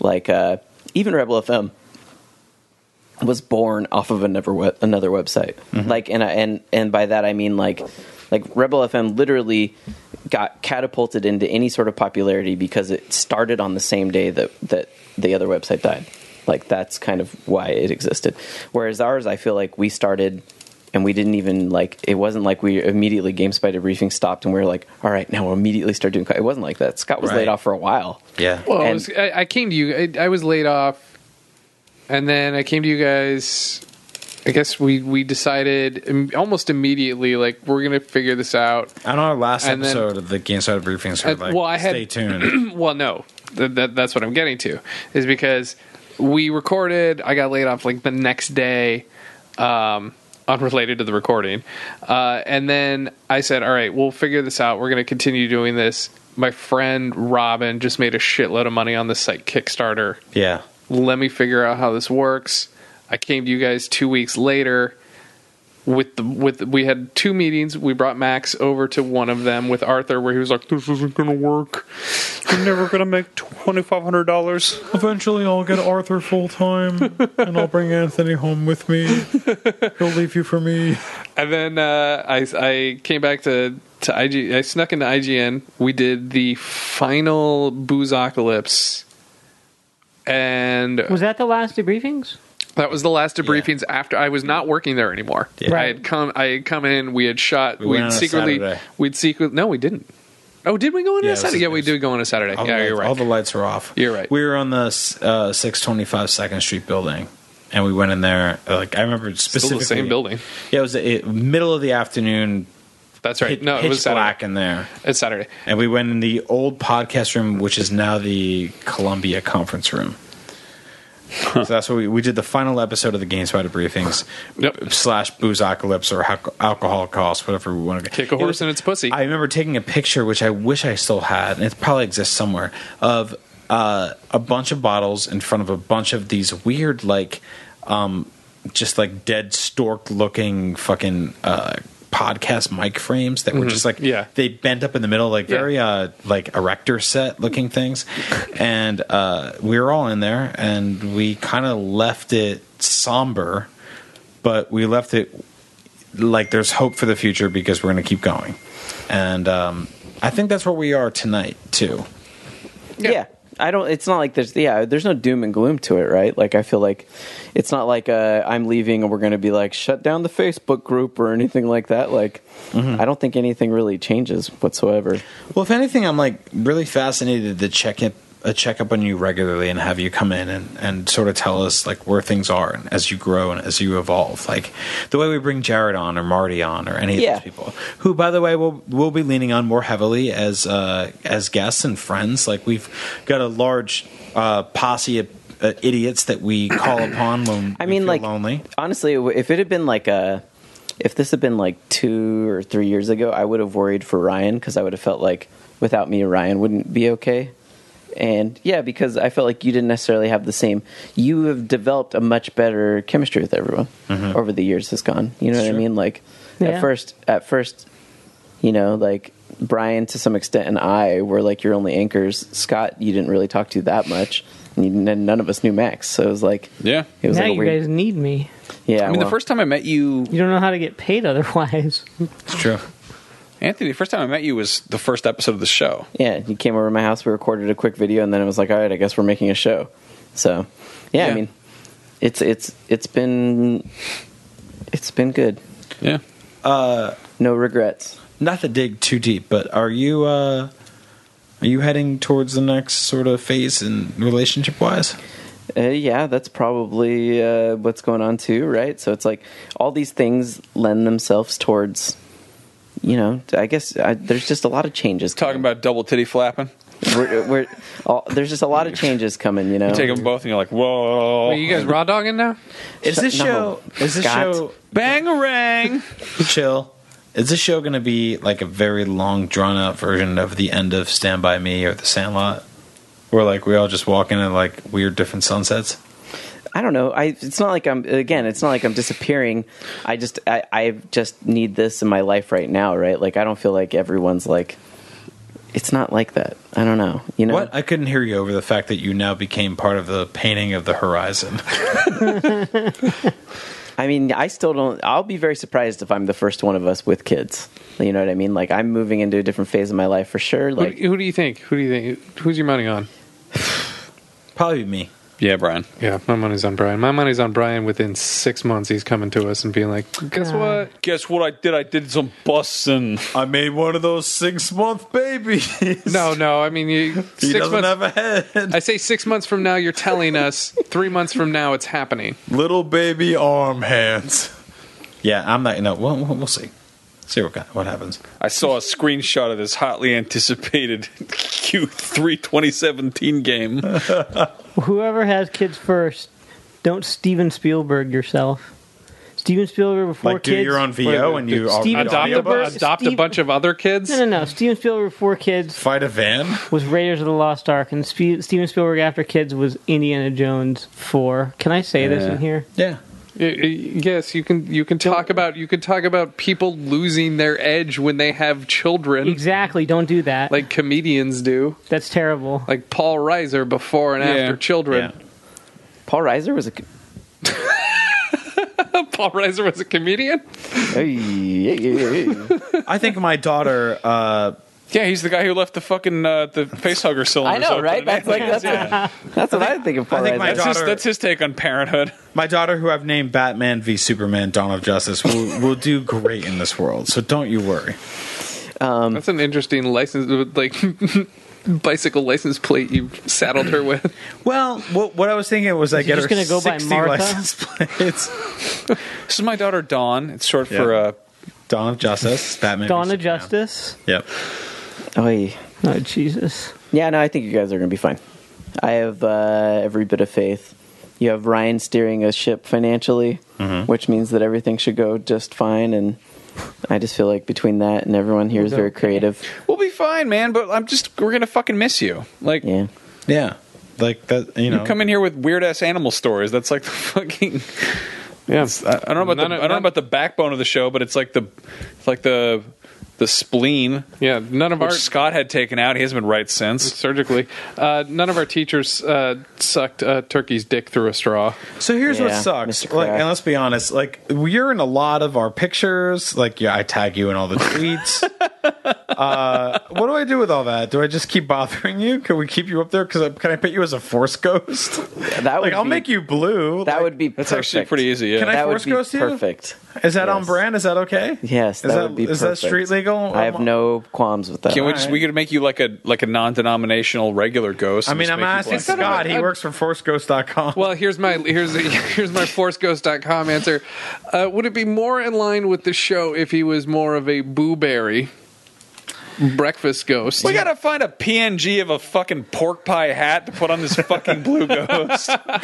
Speaker 2: like uh, even Rebel FM was born off of another web, another website. Like, and I- and and by that I mean like like Rebel FM literally got catapulted into any sort of popularity because it started on the same day that that the other website died. Like that's kind of why it existed. Whereas ours, I feel like we started. And we didn't even like. It wasn't like we immediately games by debriefing stopped, and we were like, "All right, now we'll immediately start doing." co-" It wasn't like that. Scott was
Speaker 6: Right.
Speaker 2: laid off for a while.
Speaker 6: yeah,
Speaker 5: Well, I,
Speaker 2: And-
Speaker 5: was, I, I came to you. I, I was laid off, and then I came to you guys. I guess we we decided im- almost immediately, like we're gonna figure this out.
Speaker 6: on our last
Speaker 5: And then-
Speaker 6: episode of the Game Side Briefings, we
Speaker 5: Uh,
Speaker 6: were like,
Speaker 5: well, I had-
Speaker 6: stay tuned.
Speaker 5: well, no, Th- that, that's what I'm getting to is because we recorded. I got laid off like the next day, um, unrelated to the recording, uh, and then I said, "All right, we'll figure this out. We're going to continue doing this." My friend Robin just made a shitload of money on this site Kickstarter
Speaker 6: yeah,
Speaker 5: let me figure out how this works. I came to you guys two weeks later with the with we had two meetings. We brought Max over to one of them with Arthur, where he was like, "This isn't gonna work. We're never gonna make twenty five hundred dollars."
Speaker 6: Eventually, I'll get Arthur full time, and I'll bring Anthony home with me. He'll leave you for me.
Speaker 5: And then uh, I I came back to to IG. I snuck into IGN. We did the final Boozocalypse, and
Speaker 4: Was that the last debriefings?
Speaker 5: That was the last debriefings after I was not working there anymore.
Speaker 6: Yeah.
Speaker 5: I had come I had come in, we had shot
Speaker 6: We
Speaker 5: we
Speaker 6: went on
Speaker 5: would
Speaker 6: a
Speaker 5: secretly
Speaker 6: Saturday.
Speaker 5: we'd secret no, we didn't. Oh, did we go on
Speaker 6: Yeah, it
Speaker 5: a
Speaker 6: was-
Speaker 5: Saturday? Yeah,
Speaker 6: it
Speaker 5: we
Speaker 6: was-
Speaker 5: did go on a Saturday.
Speaker 6: All the
Speaker 5: yeah,
Speaker 6: lights,
Speaker 5: you're right.
Speaker 6: All the lights are off.
Speaker 5: You're right.
Speaker 6: We were on the uh, 625 Second Street building, and we went in there. uh, Like I remember
Speaker 5: Still
Speaker 6: specifically,
Speaker 5: the same building.
Speaker 6: Yeah, it was the it, middle of the afternoon.
Speaker 5: That's right.
Speaker 6: Pitch,
Speaker 5: no, it was Saturday.
Speaker 6: black in there,
Speaker 5: It's Saturday.
Speaker 6: and we went in the old podcast room, which is now the Columbia Conference Room. So that's what we, we did the final episode of the Game Spider briefings
Speaker 5: Yep.
Speaker 6: slash boozeocalypse or alco- alcohol cost, whatever we want to
Speaker 5: Kick a horse in its pussy.
Speaker 6: I remember taking a picture, which I wish I still had, and it probably exists somewhere, of uh, a bunch of bottles in front of a bunch of these weird, like, um, just like dead stork looking fucking uh, podcast mic frames that were just like
Speaker 5: Yeah.
Speaker 6: they bent up in the middle like
Speaker 5: Yeah.
Speaker 6: very uh like erector set looking things and uh we were all in there and we kind of left it somber but we left it like there's hope for the future because we're going to keep going and um i think that's where we are tonight too
Speaker 2: yeah. I don't. It's not like there's yeah. There's no doom and gloom to it, right? Like I feel like it's not like uh, I'm leaving and we're going to be like shut down the Facebook group or anything like that. Like I don't think anything really changes whatsoever.
Speaker 6: Well, if anything, I'm like really fascinated to check it, uh, check up on you regularly and have you come in and, and sort of tell us like where things are and as you grow and as you evolve. Like the way we bring Jared on or Marty on or any of
Speaker 2: Yeah.
Speaker 6: those people, who by the way will will be leaning on more heavily as uh, as guests and friends. Like we've got a large uh, posse of uh, idiots that we call upon when
Speaker 2: I
Speaker 6: we
Speaker 2: mean,
Speaker 6: feel
Speaker 2: like
Speaker 6: lonely.
Speaker 2: Honestly, if it had been like a, if this had been like two or three years ago, I would have worried for Ryan because I would have felt like without me, Ryan wouldn't be okay. And yeah, because I felt like you didn't necessarily have the same. You have developed a much better chemistry with everyone
Speaker 3: Mm-hmm.
Speaker 2: over the years has gone. You know what I mean? Like
Speaker 4: Yeah.
Speaker 2: at first, at first, you know, like Brian to some extent and I were like your only anchors. Scott, you didn't really talk to that much. And you, none of us knew Max, so it was like
Speaker 3: Yeah.
Speaker 2: it was
Speaker 4: now
Speaker 2: like a
Speaker 4: you
Speaker 2: weird,
Speaker 4: guys need me.
Speaker 2: yeah.
Speaker 3: I mean, the
Speaker 2: well.
Speaker 3: first time I met you,
Speaker 4: You don't know how to get paid otherwise.
Speaker 6: It's true.
Speaker 3: Anthony, the first time I met you was the first episode of the show.
Speaker 2: Yeah, he came over to my house. We recorded a quick video, and then it was like, all right, I guess we're making a show. So, yeah,
Speaker 3: Yeah.
Speaker 2: I mean, it's it's it's been it's been good.
Speaker 3: Yeah.
Speaker 2: No regrets.
Speaker 6: not to dig too deep, but are you uh are you heading towards the next sort of phase in relationship wise?
Speaker 2: Uh, yeah, that's probably uh, what's going on too, right? So it's like all these things lend themselves towards, you know, I guess I, there's just a lot of changes.
Speaker 3: Talking about double titty
Speaker 2: coming.
Speaker 3: flapping.
Speaker 2: we're, we're, all, there's just a lot of changes coming. You know,
Speaker 3: You take them both and you're like, whoa.
Speaker 5: Are you guys raw dogging now?
Speaker 6: Is
Speaker 2: Shut-
Speaker 6: this
Speaker 2: no,
Speaker 6: show is this
Speaker 2: Scott.
Speaker 6: show
Speaker 3: Bangarang.
Speaker 6: chill? Is this show going to be like a very long drawn out version of the end of Stand by Me or The Sandlot? Where like we all just walk into like weird different sunsets?
Speaker 2: I don't know. I it's not like I'm again. It's not like I'm disappearing. I just I, I just need this in my life right now, right? Like I don't feel like everyone's like. It's not like that. I don't know. You know.
Speaker 6: What? I couldn't hear you over the fact that you now became part of the painting of the horizon.
Speaker 2: I mean, I still don't. I'll be very surprised if I'm the first one of us with kids. You know what I mean? Like I'm moving into a different phase of my life for sure.
Speaker 5: Who,
Speaker 2: Like
Speaker 5: who do you think? Who do you think? Who's your money on?
Speaker 6: Probably me.
Speaker 3: Yeah, Brian.
Speaker 5: Yeah, my money's on Brian. My money's on Brian. Within six months, he's coming to us and being like, "Guess
Speaker 4: Yeah.
Speaker 5: what?
Speaker 3: Guess what I did? I did some busting.
Speaker 6: I made one of those six month babies.
Speaker 5: No, no. I mean, you,
Speaker 6: He
Speaker 5: six
Speaker 6: doesn't
Speaker 5: months.
Speaker 6: have a head.
Speaker 5: I say six months from now, you're telling us. Three months from now, it's happening.
Speaker 6: Little baby arm hands. Yeah, I'm not. No, we'll, we'll we'll see. See what kind- what happens.
Speaker 3: I saw a screenshot of this hotly anticipated Q3 2017 game.
Speaker 4: Whoever has kids first, don't Steven Spielberg yourself. Steven Spielberg before
Speaker 6: like,
Speaker 4: kids.
Speaker 6: dude, you're on VO
Speaker 5: Wait,
Speaker 6: and you are
Speaker 4: Steven-
Speaker 5: Adopt a, bu-
Speaker 4: Audiobooks?
Speaker 5: adopt a
Speaker 4: Steve-
Speaker 5: bunch of other kids.
Speaker 4: No, no, no. Steven Spielberg before kids
Speaker 6: fight a van.
Speaker 4: was Raiders of the Lost Ark, and Spe- Steven Spielberg after kids was Indiana Jones four. Can I say this in here?
Speaker 6: Yeah,
Speaker 5: Y- y- Yes, you can. You can talk about. You can talk about people losing their edge when they have children,
Speaker 4: Exactly. Don't do that.
Speaker 5: like comedians do,
Speaker 4: That's terrible.
Speaker 5: like Paul Reiser before and
Speaker 3: Yeah.
Speaker 5: after children.
Speaker 2: Paul Reiser was a.
Speaker 5: Paul Reiser was a comedian.
Speaker 6: I think my daughter. Uh,
Speaker 3: Yeah, he's the guy who left the fucking uh, the facehugger cylinder.
Speaker 2: I know, right? That's like that's, that's what I think of Paul
Speaker 6: I think
Speaker 2: Reiser.
Speaker 6: my
Speaker 3: That's his,
Speaker 6: Daughter-
Speaker 3: that's his take on parenthood.
Speaker 6: my daughter, who I've named Batman v Superman: Dawn of Justice, will, will do great in this world. So don't you worry.
Speaker 5: That's an interesting license, uh, like bicycle license plate you saddled her with.
Speaker 6: Well, what, what I was thinking was I
Speaker 4: he
Speaker 6: get her
Speaker 4: just gonna go by
Speaker 6: 60
Speaker 4: Martha?
Speaker 6: license plates.
Speaker 3: This is my daughter Dawn. It's short
Speaker 6: Yeah.
Speaker 3: for uh,
Speaker 6: Dawn of Justice, Batman. v
Speaker 4: Dawn of
Speaker 6: Superman.
Speaker 4: Justice.
Speaker 6: Yep.
Speaker 2: Oy.
Speaker 4: Oh Jesus.
Speaker 2: Yeah, no, I think you guys are going to be fine. I have uh, every bit of faith. You have Ryan steering a ship financially,
Speaker 3: Mm-hmm.
Speaker 2: which means that everything should go just fine. And I just feel like between that and everyone here is very creative.
Speaker 3: We'll be fine, man. But I'm just we're gonna fucking miss you. Like
Speaker 2: Yeah.
Speaker 6: Yeah, like that. You know,
Speaker 3: you come in here with weird ass animal stories. That's like the fucking
Speaker 5: Yeah.
Speaker 3: I I don't know about the, I
Speaker 5: None of-
Speaker 3: don't know
Speaker 5: none-
Speaker 3: about the backbone of the show, but it's like the it's like the the spleen
Speaker 5: Yeah, none of
Speaker 3: which
Speaker 5: our
Speaker 3: Scott had taken out. He hasn't been right since.
Speaker 5: surgically, uh, none of our teachers uh, sucked a turkey's dick through a straw.
Speaker 6: So here's what
Speaker 2: Yeah,
Speaker 6: sucks.
Speaker 2: Mr.
Speaker 6: Like,
Speaker 2: Crack.
Speaker 6: and let's be honest. Like, you're in a lot of our pictures. Like, yeah, I tag you in all the tweets. uh, what do I do with all that? Do I just keep bothering you? Can we keep you up there? Because can I put you as a force ghost?
Speaker 2: that would
Speaker 6: like, I'll
Speaker 2: be-
Speaker 6: make you blue.
Speaker 2: That
Speaker 6: Like,
Speaker 2: would be
Speaker 3: That's
Speaker 2: perfect.
Speaker 3: actually pretty easy. Yeah.
Speaker 6: Can I
Speaker 2: That
Speaker 6: force
Speaker 2: would be
Speaker 6: ghost you?
Speaker 2: perfect.
Speaker 6: Is that on
Speaker 2: Yes.
Speaker 6: brand? Is that okay?
Speaker 2: Yes,
Speaker 6: Is
Speaker 2: that, would be
Speaker 6: Is
Speaker 2: perfect.
Speaker 6: that street legal?
Speaker 2: I have
Speaker 6: Um,
Speaker 2: no qualms with that.
Speaker 3: Can we just we could make you like a like a non-denominational regular ghost?
Speaker 6: I
Speaker 3: and
Speaker 6: mean,
Speaker 3: just
Speaker 6: I'm
Speaker 3: make you
Speaker 6: asking
Speaker 3: black.
Speaker 5: Instead of-
Speaker 6: Scott. He
Speaker 5: I-
Speaker 6: works for forceghost.com.
Speaker 5: Well, here's my here's here's my forceghost.com answer. Uh, would it be more in line with the show if he was more of a booberry breakfast ghost?
Speaker 3: We gotta find a PNG of a fucking pork pie hat to put on this fucking blue ghost.
Speaker 5: I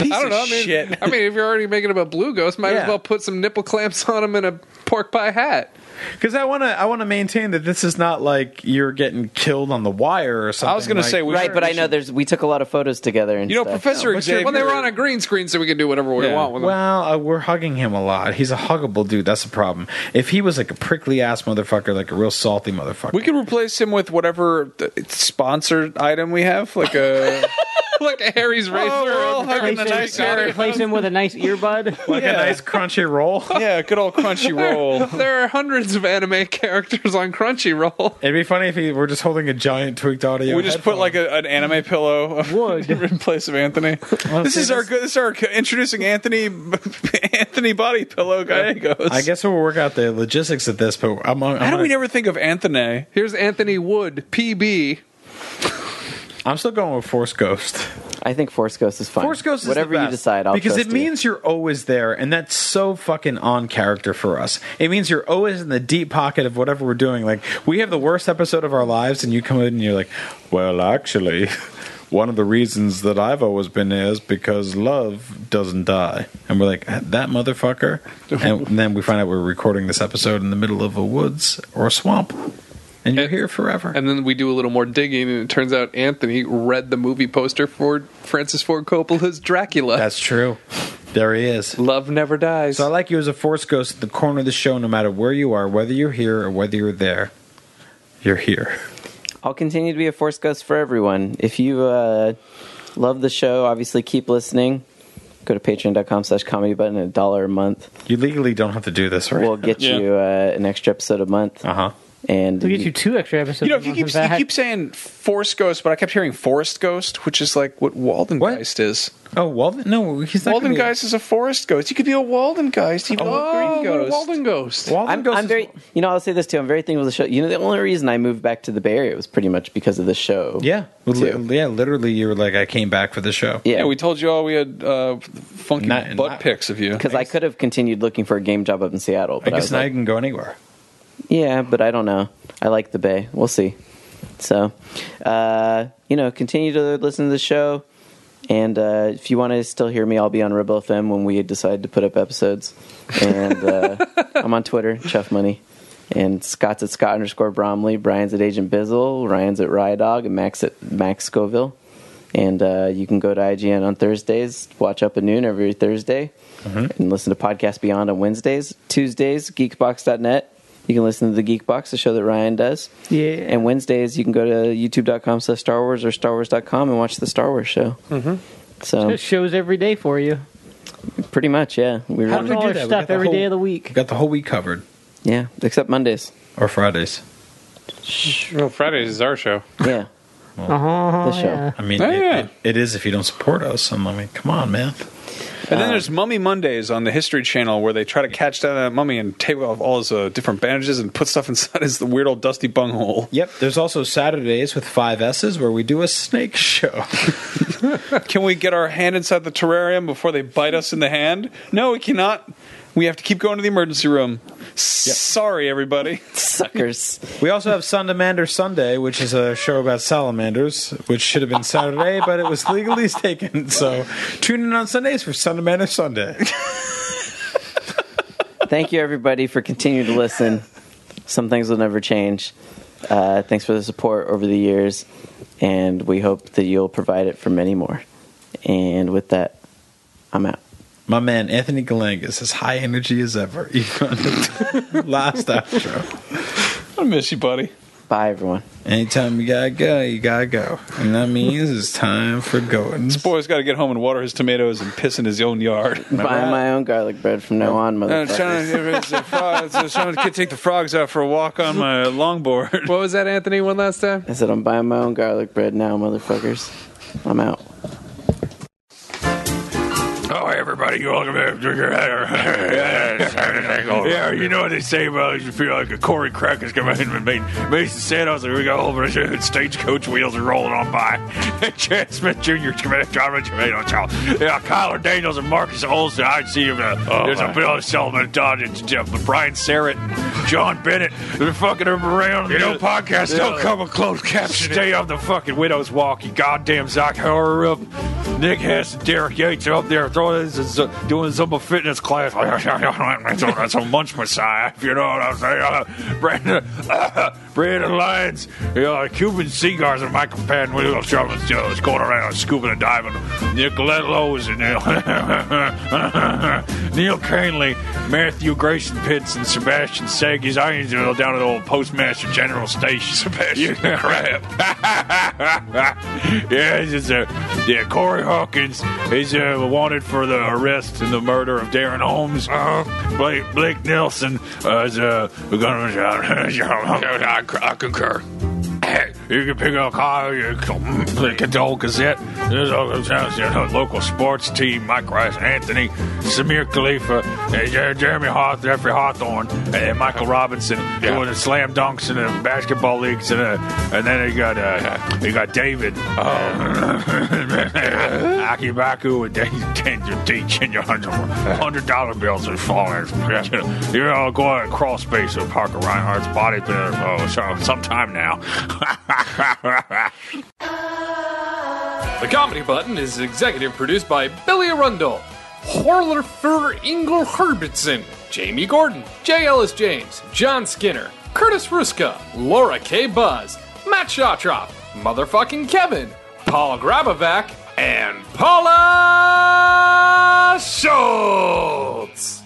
Speaker 5: don't know. I
Speaker 3: of
Speaker 5: mean,
Speaker 3: shit.
Speaker 5: I mean, if you're already making him a blue ghost, might
Speaker 6: Yeah.
Speaker 5: as well put some nipple clamps on him and a pork pie hat.
Speaker 6: Because I want to, I want to maintain that this is not like you're getting killed on the wire or something.
Speaker 3: I was gonna
Speaker 6: like-
Speaker 3: say we
Speaker 2: right,
Speaker 3: should-
Speaker 2: but I know there's. We took a lot of photos together and
Speaker 3: you know
Speaker 2: stuff.
Speaker 3: Professor
Speaker 6: but you're-
Speaker 3: Xavier.
Speaker 5: Well, they were on a green screen, so we can do whatever we
Speaker 3: Yeah.
Speaker 5: want with them.
Speaker 6: Well, uh, we're hugging him a lot. He's a huggable dude. That's the problem. If he was like a prickly ass motherfucker, like a real salty motherfucker,
Speaker 3: we could replace him with whatever uh, sponsored item we have, like a.
Speaker 5: like a Harry's razor.
Speaker 3: Oh, we're all
Speaker 5: or-
Speaker 3: hugging
Speaker 4: Replace
Speaker 3: the
Speaker 4: him,
Speaker 3: nice hair.
Speaker 4: replace him with a nice earbud.
Speaker 6: like a nice crunchy roll.
Speaker 3: Yeah, good old crunchy roll.
Speaker 5: There are hundreds of anime characters on Crunchyroll.
Speaker 6: It'd be funny if he were just holding a giant tweaked audio.
Speaker 3: We just put like a, an anime pillow
Speaker 4: Would.
Speaker 3: in place of Anthony. this
Speaker 6: see,
Speaker 3: is our
Speaker 6: this-
Speaker 3: good. This is our introducing Anthony Anthony body pillow Gallegos.
Speaker 6: I guess we'll work out the logistics of this, but I'm. I'm,
Speaker 3: How do
Speaker 6: I'm,
Speaker 3: we never think of Anthony?
Speaker 5: Here's Anthony Wood, PB.
Speaker 6: I'm still going with Force Ghost.
Speaker 2: I think Force Ghost is fine.
Speaker 6: Force Ghost is
Speaker 2: whatever
Speaker 6: the
Speaker 2: you
Speaker 6: best,
Speaker 2: decide. I'll
Speaker 6: because
Speaker 2: trust
Speaker 6: it
Speaker 2: you.
Speaker 6: means you're always there, and that's so fucking on character for us. It means you're always in the deep pocket of whatever we're doing. Like we have the worst episode of our lives, and you come in and you're like, "Well, actually, one of the reasons that I've always been there is because love doesn't die." And we're like, "That motherfucker," and then we find out we're recording this episode in the middle of a woods or a swamp, and you're
Speaker 5: And-
Speaker 6: here forever.
Speaker 5: And then we do a little more digging, and it turns out Anthony read the movie poster for Francis Ford Coppola's Dracula.
Speaker 6: that's true. There he is.
Speaker 5: Love never dies.
Speaker 6: So I like you as a force ghost at the corner of the show, no matter where you are, whether you're here or whether you're there. You're here.
Speaker 2: I'll continue to be a Force Ghost for everyone. If you uh, love the show, obviously keep listening. Go to patreon.com slash comedy button a dollar a month.
Speaker 6: You legally don't have to do this, right?
Speaker 2: We'll get you uh, an extra episode a month.
Speaker 6: uh huh.
Speaker 2: And
Speaker 4: We get you two extra episodes.
Speaker 3: You know, if you
Speaker 4: of
Speaker 3: keep you
Speaker 4: that.
Speaker 3: keep saying Force Ghost, but I kept hearing Forest Ghost, which is like what Waldengeist is.
Speaker 6: Oh, Walden? No, he's not. gonna be-
Speaker 3: Waldengeist is a forest ghost. You could be a Waldengeist. You could be a
Speaker 5: oh,
Speaker 3: green ghost.
Speaker 5: Walden Ghost.
Speaker 6: Walden
Speaker 2: I'm,
Speaker 6: ghost
Speaker 2: I'm
Speaker 6: is-
Speaker 2: very, you know, I'll say this too. I'm very thankful for the show. You know, the only reason I moved back to the Bay Area was pretty much because of the show.
Speaker 6: Yeah. Well,
Speaker 2: too.
Speaker 6: li- yeah, literally, you were like, I came back for the show.
Speaker 2: Yeah.
Speaker 3: yeah, we told you all we had uh, funky
Speaker 6: Not-
Speaker 3: butt
Speaker 6: not-
Speaker 3: pics of you.
Speaker 2: because I could have continued looking for a game job up in Seattle.
Speaker 6: I
Speaker 2: But I,
Speaker 6: guess
Speaker 2: was
Speaker 6: now
Speaker 2: like,
Speaker 6: you can go anywhere.
Speaker 2: yeah, but I don't know. I like the Bay. We'll see. So, uh, you know, continue to listen to the show. And uh, if you want to still hear me, I'll be on Rebel FM when we decide to put up episodes. And uh, I'm on Twitter, Chuff Money. And Scott's at Scott underscore Bromley. Brian's at Agent Bizzle. Ryan's at Rye Dog. And Max at Max Scoville. And uh, you can go to IGN on Thursdays, watch up at noon every Thursday, and listen to Podcast Beyond on Wednesdays. Tuesdays, geekbox.net. You can listen to the Geekbox, the show that Ryan does.
Speaker 4: Yeah.
Speaker 2: And Wednesdays, you can go to youtube.com slash Star Wars or starwars.com and watch the Star Wars show. Mm-hmm.
Speaker 6: um,
Speaker 2: So,
Speaker 4: It shows every day for you.
Speaker 2: pretty much, yeah. We
Speaker 6: How do
Speaker 2: were,
Speaker 6: we
Speaker 4: All
Speaker 6: do that?
Speaker 4: our
Speaker 6: We got
Speaker 4: stuff
Speaker 6: the
Speaker 4: every day
Speaker 6: whole-
Speaker 4: of the
Speaker 6: We
Speaker 4: week.
Speaker 6: got the whole week covered,
Speaker 2: yeah, except Mondays.
Speaker 6: or Fridays.
Speaker 5: Well, Fridays is our show.
Speaker 2: Yeah.
Speaker 4: Uh-huh,
Speaker 2: The show.
Speaker 4: yeah.
Speaker 6: I mean,
Speaker 3: Oh,
Speaker 6: it-
Speaker 3: yeah.
Speaker 6: it- it is if you don't support us. I'm like, come on, man.
Speaker 3: And then there's Mummy Mondays on the History Channel where they try to catch down that mummy and take off all his uh, different bandages and put stuff inside his weird old dusty bunghole.
Speaker 6: Yep. There's also Saturdays with five S's where we do a snake show.
Speaker 3: Can we get our hand inside the terrarium before they bite us in the hand? No, we cannot. We have to keep going to the emergency room. Sorry, everybody.
Speaker 2: Suckers.
Speaker 6: We also have Sundamander Sunday, which is a show about salamanders, which should have been Saturday, but it was legally taken. So tune in on Sundays for Sundamander Sunday.
Speaker 2: Thank you, everybody, for continuing to listen. Some things will never change. Uh, thanks for the support over the years, and we hope that you'll provide it for many more. And with that, I'm out.
Speaker 6: My man Anthony Galangas is high energy as ever. Even on the last outro.
Speaker 3: I miss you, buddy.
Speaker 2: Bye, everyone.
Speaker 6: Anytime you gotta go, you gotta go, and that means it's time for going.
Speaker 3: This boy's got to get home and water his tomatoes and piss in his own yard.
Speaker 2: Buy
Speaker 6: that?
Speaker 2: my own garlic bread from now on,
Speaker 3: I'm
Speaker 2: motherfucker.
Speaker 3: trying to, take the frogs out for a walk on my longboard.
Speaker 5: What was that, Anthony? One last time.
Speaker 2: I said I'm buying my own garlic bread now, motherfuckers. I'm out.
Speaker 1: Oh, hey, everybody, you're welcome to drink your Yeah, you know what they say about you feel like a Corey Cracker's coming in and made Mason Santos, and we got a whole bunch of stagecoach wheels are rolling on by. Chad Smith Jr. is coming in, driving a tomato chow. Yeah, Kyler Daniels and Marcus Olsen. I see him. Uh, there's a Bill Selman, Don, it's Jeff, Brian Serrett, John Bennett. They're fucking around. You know, podcasts don't come with closed captioning. Stay on the fucking widow's walk, you goddamn Zach Horror up. Nick Hess and Derek Yates are up there throwing this, uh, doing Zumba fitness class. That's a munch messiah, if you know what I'm saying. Uh, Brandon, uh, Brandon Lyons, you know, Cuban cigars and Michael Patton, we little Charlotte's Joe is going around scooping and diving. Nicolette Lowe is in there. Neil Cranley, Matthew Grayson Pitts, and Sebastian Seggy's Irons down at the old Postmaster General Station. Sebastian Crap. yeah, it's just, uh, yeah, Corey Hawkins is uh, wanted for the arrest and the murder of Darren Holmes. Uh, Blake, Blake Nelson uh, is uh, going to. I, I concur. You can pick up Kyle, you can pick up the old Gazette. There's all those towns, you know, local sports team, Mike Rice, Anthony, Samir Khalifa, and Jer- Jeremy Hawth, Jeffrey Hawthorne, and Michael Robinson doing the slam dunks in the basketball leagues, and, uh, and then you got uh, you got David, uh, Aki Baku, and then you tend to teach, and your hundred hundred dollar bills are falling. You're all going across space with Parker Reinhardt's body's been there for some- some time now.
Speaker 8: The Comedy Button is executive produced by Billy Arundel, Horlerfer Ingel Herbertson, Jamie Gordon, J. Ellis James, John Skinner, Curtis Ruska, Laura K. Buzz, Matt Shawtrop, Motherfucking Kevin, Paul Grabovac, and Paula Schultz.